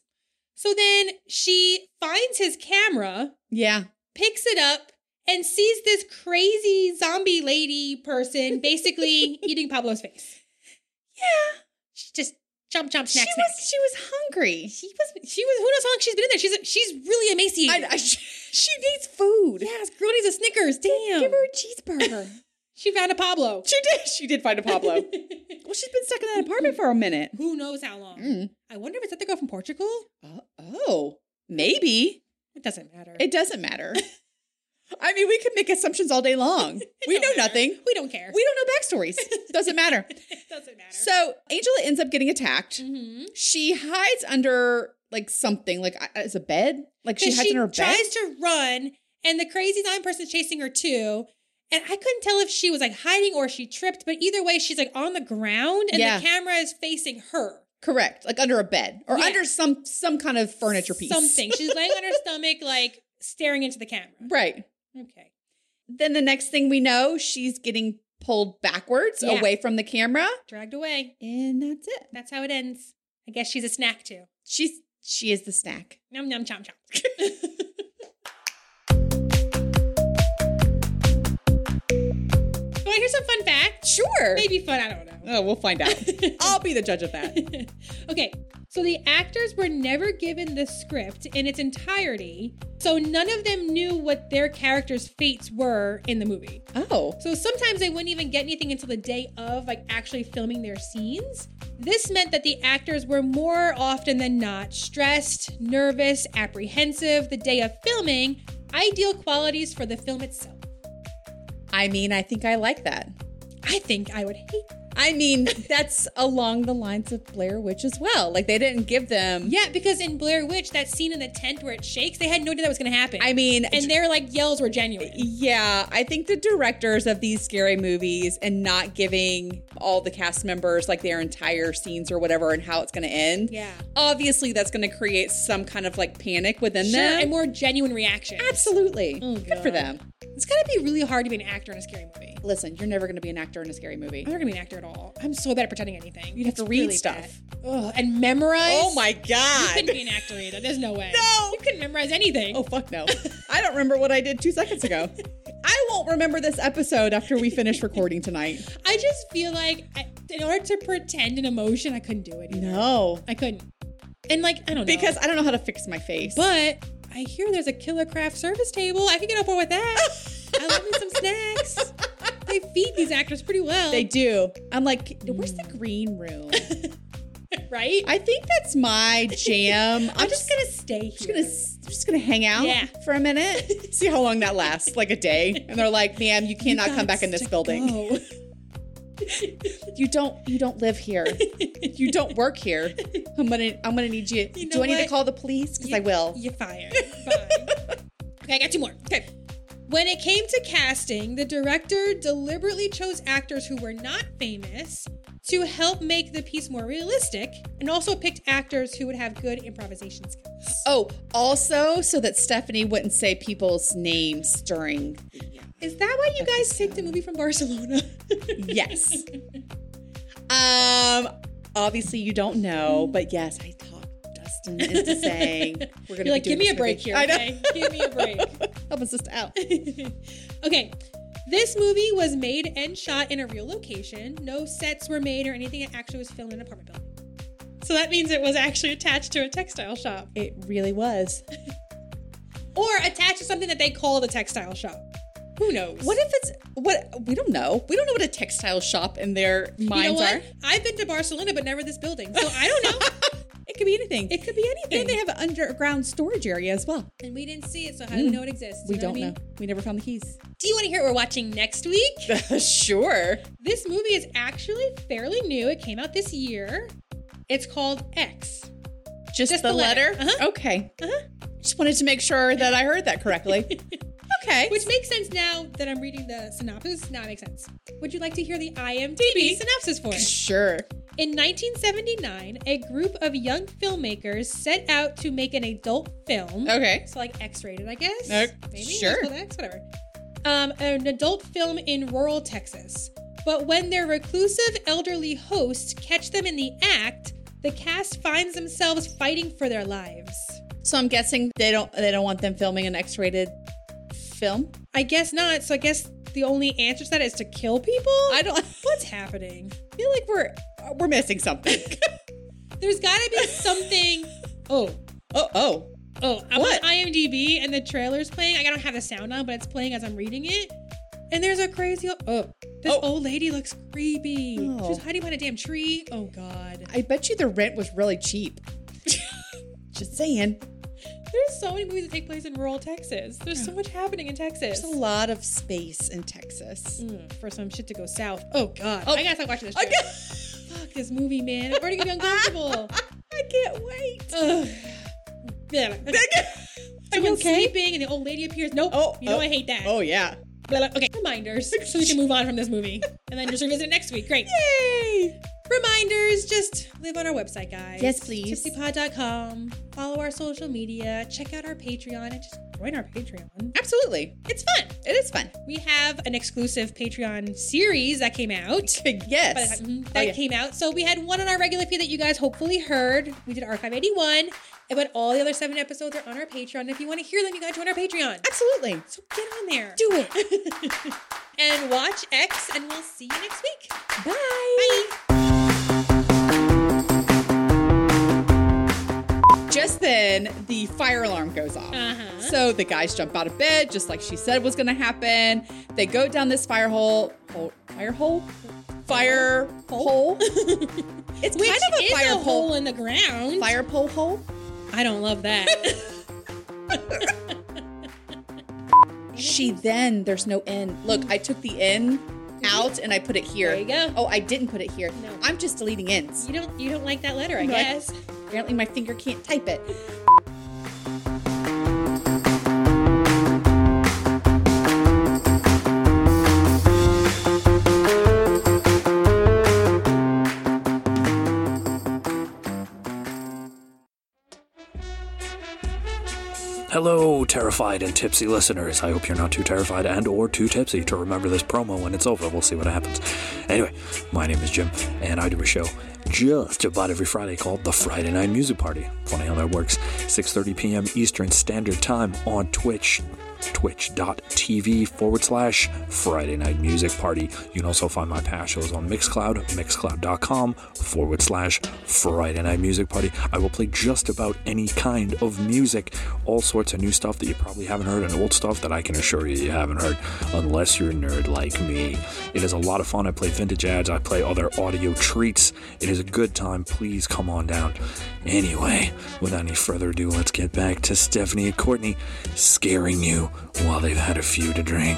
C: So then she finds his camera,
D: Yeah.
C: picks it up, and sees this crazy zombie lady person basically eating Pablo's face.
D: Yeah.
C: She just chomp chomp
D: She
C: snack snack.
D: was. She was hungry.
C: She was she was who knows how long she's been in there. She's she's really emaciated.
D: I, I, she, she needs food.
C: yes, girl needs a Snickers. Damn.
D: Give her a cheeseburger.
C: she found a Pablo.
D: she did. She did find a Pablo. well, she's been stuck in that apartment for a minute.
C: Who knows how long?
D: Mm.
C: I wonder if it's that the girl from Portugal.
D: Uh, oh, maybe
C: It doesn't matter.
D: it doesn't matter. I mean, we could make assumptions all day long. we know
C: Don't matter.
D: nothing.
C: We don't care.
D: We don't know backstories. doesn't matter.
C: it doesn't matter.
D: So Angela ends up getting attacked.
C: Mhm.
D: She hides under like something, like uh, as a bed. Like she
C: Because
D: hides in her bed.
C: tries to run, and the crazy nine person's chasing her too. And I couldn't tell if she was like hiding or she tripped, but either way, she's like on the ground, and
D: Yeah.
C: the camera is facing her.
D: Correct, like under a bed or
C: Yeah.
D: under some some kind of furniture piece.
C: Something. She's laying on her stomach, like staring into the camera.
D: Right.
C: Okay.
D: Then the next thing we know, she's getting pulled backwards
C: Yeah.
D: away from the camera,
C: Dragged away.
D: and that's it.
C: That's how it ends. I guess she's a snack too.
D: She's she is the snack.
C: Nom nom chomp chomp. Do I hear some fun facts?
D: Sure.
C: Maybe fun, I don't know.
D: Oh, we'll find out. I'll be the judge of that.
C: okay, so the actors were never given the script in its entirety, so none of them knew what their characters' fates were in the movie.
D: Oh,
C: So sometimes they wouldn't even get anything until the day of, like actually filming their scenes. This meant that the actors were more often than not stressed, nervous, apprehensive the day of filming, ideal qualities for the film itself.
D: I mean, I think I like that.
C: I think I would hate that.
D: I mean, that's along the lines of Blair Witch as well. Like they didn't give them.
C: Yeah, because in Blair Witch, that scene in the tent where it shakes, they had no idea that was going to happen.
D: I mean,
C: and their like yells were genuine.
D: Yeah, I think the directors of these scary movies and not giving all the cast members like their entire scenes or whatever and how it's going to end.
C: Yeah.
D: Obviously, that's going to create some kind of like panic within
C: Sure, Oh,
D: them.
C: and more genuine reaction.
D: Absolutely. Good for them.
C: It's got to be really hard to be an actor in a scary movie.
D: Listen, you're never going to be an actor in a scary movie.
C: I'm not gonna be an actor at all. I'm so bad at pretending anything. You
D: have to read stuff.
C: Oh, and memorize. You
D: God.
C: couldn't be an actor either. There's no way.
D: No.
C: you couldn't memorize anything.
D: Oh, fuck no. I don't remember what I did two seconds ago. I won't remember this episode after we finish recording tonight.
C: I just feel like I, in order to pretend an emotion, I couldn't do it. Either.
D: No.
C: I couldn't. And like I don't know
D: Because I don't know how to fix my face.
C: But I hear there's a killer craft service table. I can get on board with that. I love me some snacks. They feed these actors pretty well.
D: They do. I'm like, where's the green room?
C: right?
D: I think that's my jam.
C: I'm just gonna stay here.
D: just gonna s- just gonna hang out
C: Yeah.
D: for a minute, see how long that lasts, like a day. And they're like, "Ma'am, you cannot come back in this building.
C: Oh,
D: You don't you don't live here. you don't work here. I'm gonna I'm gonna need you.
C: You
D: Do
C: know
D: I need to
C: what?
D: call the police? Because I will.
C: you're fired. Bye. okay, I got two more. Okay. When it came to casting, the director deliberately chose actors who were not famous to help make the piece more realistic and also picked actors who would have good improvisation skills.
D: Oh, also so that Stephanie wouldn't say people's names during.
C: Is that why you guys picked a movie from Barcelona?
D: Yes. um. Obviously, you don't know, but yes, I talked Dustin into saying we're gonna
C: You're like,
D: be doing
C: give me
D: this
C: a break
D: movie."
C: here.
D: I know.
C: Okay? give me a break.
D: Help us just out.
C: Okay. This movie was made and shot in a real location. No sets were made or anything. It actually was filmed in an apartment building. So that means it was actually attached to a textile shop
D: It really was.
C: or attached to something that they call the textile shop. Who knows?
D: What if it's what we don't know? We don't know what a textile shop in their
C: you know
D: minds
C: what?
D: are.
C: I've been to Barcelona, but never this building. So I don't know.
D: It could be anything.
C: it could be anything.
D: and they have an underground storage area as well.
C: and we didn't see it, so how do we know it exists?
D: Mm, We
C: You what
D: don't
C: I mean?
D: know. We never found the keys.
C: Do you want to hear what we're watching next week?
D: sure.
C: This movie is actually fairly new. It came out this year. It's called X.
D: Just,
C: Just
D: the,
C: the
D: letter.
C: letter. Uh-huh.
D: Okay. Just wanted to make sure that I heard that correctly. okay.
C: Which makes sense now that I'm reading the synopsis. Now it makes sense. Would you like to hear the IMDb synopsis for it?
D: sure.
C: In 1979, a group of young filmmakers set out to make an adult film.
D: Okay.
C: So like X-rated, I guess.
D: Uh,
C: Maybe
D: sure.
C: it's called X, whatever. Um, an adult film in rural Texas. But when their reclusive elderly hosts catch them in the act, the cast finds themselves fighting for their lives.
D: So I'm guessing they don't they don't want them filming an X-rated film.
C: I guess not. So I guess the only answer to that is to kill people.
D: I don't
C: What's happening?
D: I feel like we're we're missing something.
C: There's got to be something. Oh,
D: oh, oh.
C: oh, I'm
D: What?
C: on IMDb and the trailer's playing. Like, I don't have the sound on, but it's playing as I'm reading it. And there's a crazy. Oh, this
D: Oh.
C: old lady looks creepy.
D: Oh.
C: She's hiding behind a damn tree. Oh God.
D: I bet you the rent was really cheap. Just saying.
C: There's so many movies that take place in rural Texas. There's so much happening in Texas.
D: There's a lot of space in Texas.
C: Mm, for some shit to go south. Oh God.
D: Oh.
C: I gotta stop watching this.
D: I
C: Shit. Fuck this movie, man. I'm already gonna be uncomfortable.
D: I can't wait.
C: Ugh. Yeah. Someone's
D: okay?
C: sleeping and the old lady appears. Nope.
D: Oh,
C: you know
D: oh,
C: I hate that.
D: Oh yeah.
C: Blah, blah. Okay, reminders so we can move on from this movie and then just revisit it next week. Great.
D: Yay!
C: Reminders just live on our website, guys.
D: Yes, please.
C: Tipsypod.com. Follow our social media. Check out our Patreon and just join our
D: Ah!
C: Patreon.
D: Absolutely.
C: It's fun.
D: It is fun.
C: We have an exclusive Patreon series that came out.
D: Yes.
C: Mhm, that
D: Oh, yeah.
C: came out. So we had one on our regular feed that you guys hopefully heard. We did Archive 81, but all the other seven episodes are on our Patreon. If you want to hear them, you got to join our Patreon.
D: Absolutely.
C: So get on there.
D: Do it.
C: and watch X, and we'll see you next week.
D: Bye.
C: Bye.
D: Just then, the fire alarm goes off.
C: Uh-huh.
D: So the guys jump out of bed, just like she said was going to happen. They go down this fire hole. hole fire hole? Fire hole? it's
C: Which
D: kind of a
C: is
D: fire
C: a hole
D: pole.
C: in the ground.
D: Fire pole hole?
C: I don't love that. Mm-hmm.
D: She then, there's no end. Look, I took the N out and I put it here.
C: Mm-hmm. There you go.
D: Oh, I didn't put it here. I'm just deleting ends.
C: You don't you don't like that letter, I
D: No, I-
C: guess.
D: Apparently, my finger can't type it.
E: Hello, terrified and tipsy listeners. I hope you're not too terrified and or too tipsy to remember this promo when it's over. We'll see what happens. Anyway, my name is Jim, and I do a show just about every Friday called the Friday Night Music Party. Funny how that works. 6.30 p.m. Eastern Standard Time on Twitch twitch.tv forward slash Friday Night Music Party. You can also find my past shows on Mixcloud, mixcloud.com forward slash Friday Night Music Party. I will play just about any kind of music, all sorts of new stuff that you probably haven't heard and old stuff that I can assure you you haven't heard unless you're a nerd like me. It is a lot of fun. I play vintage ads, I play other audio treats. It is a good time. Please come on down. Anyway, without any further ado, let's get back to Stephanie and Courtney scaring you while they've had a few to drink.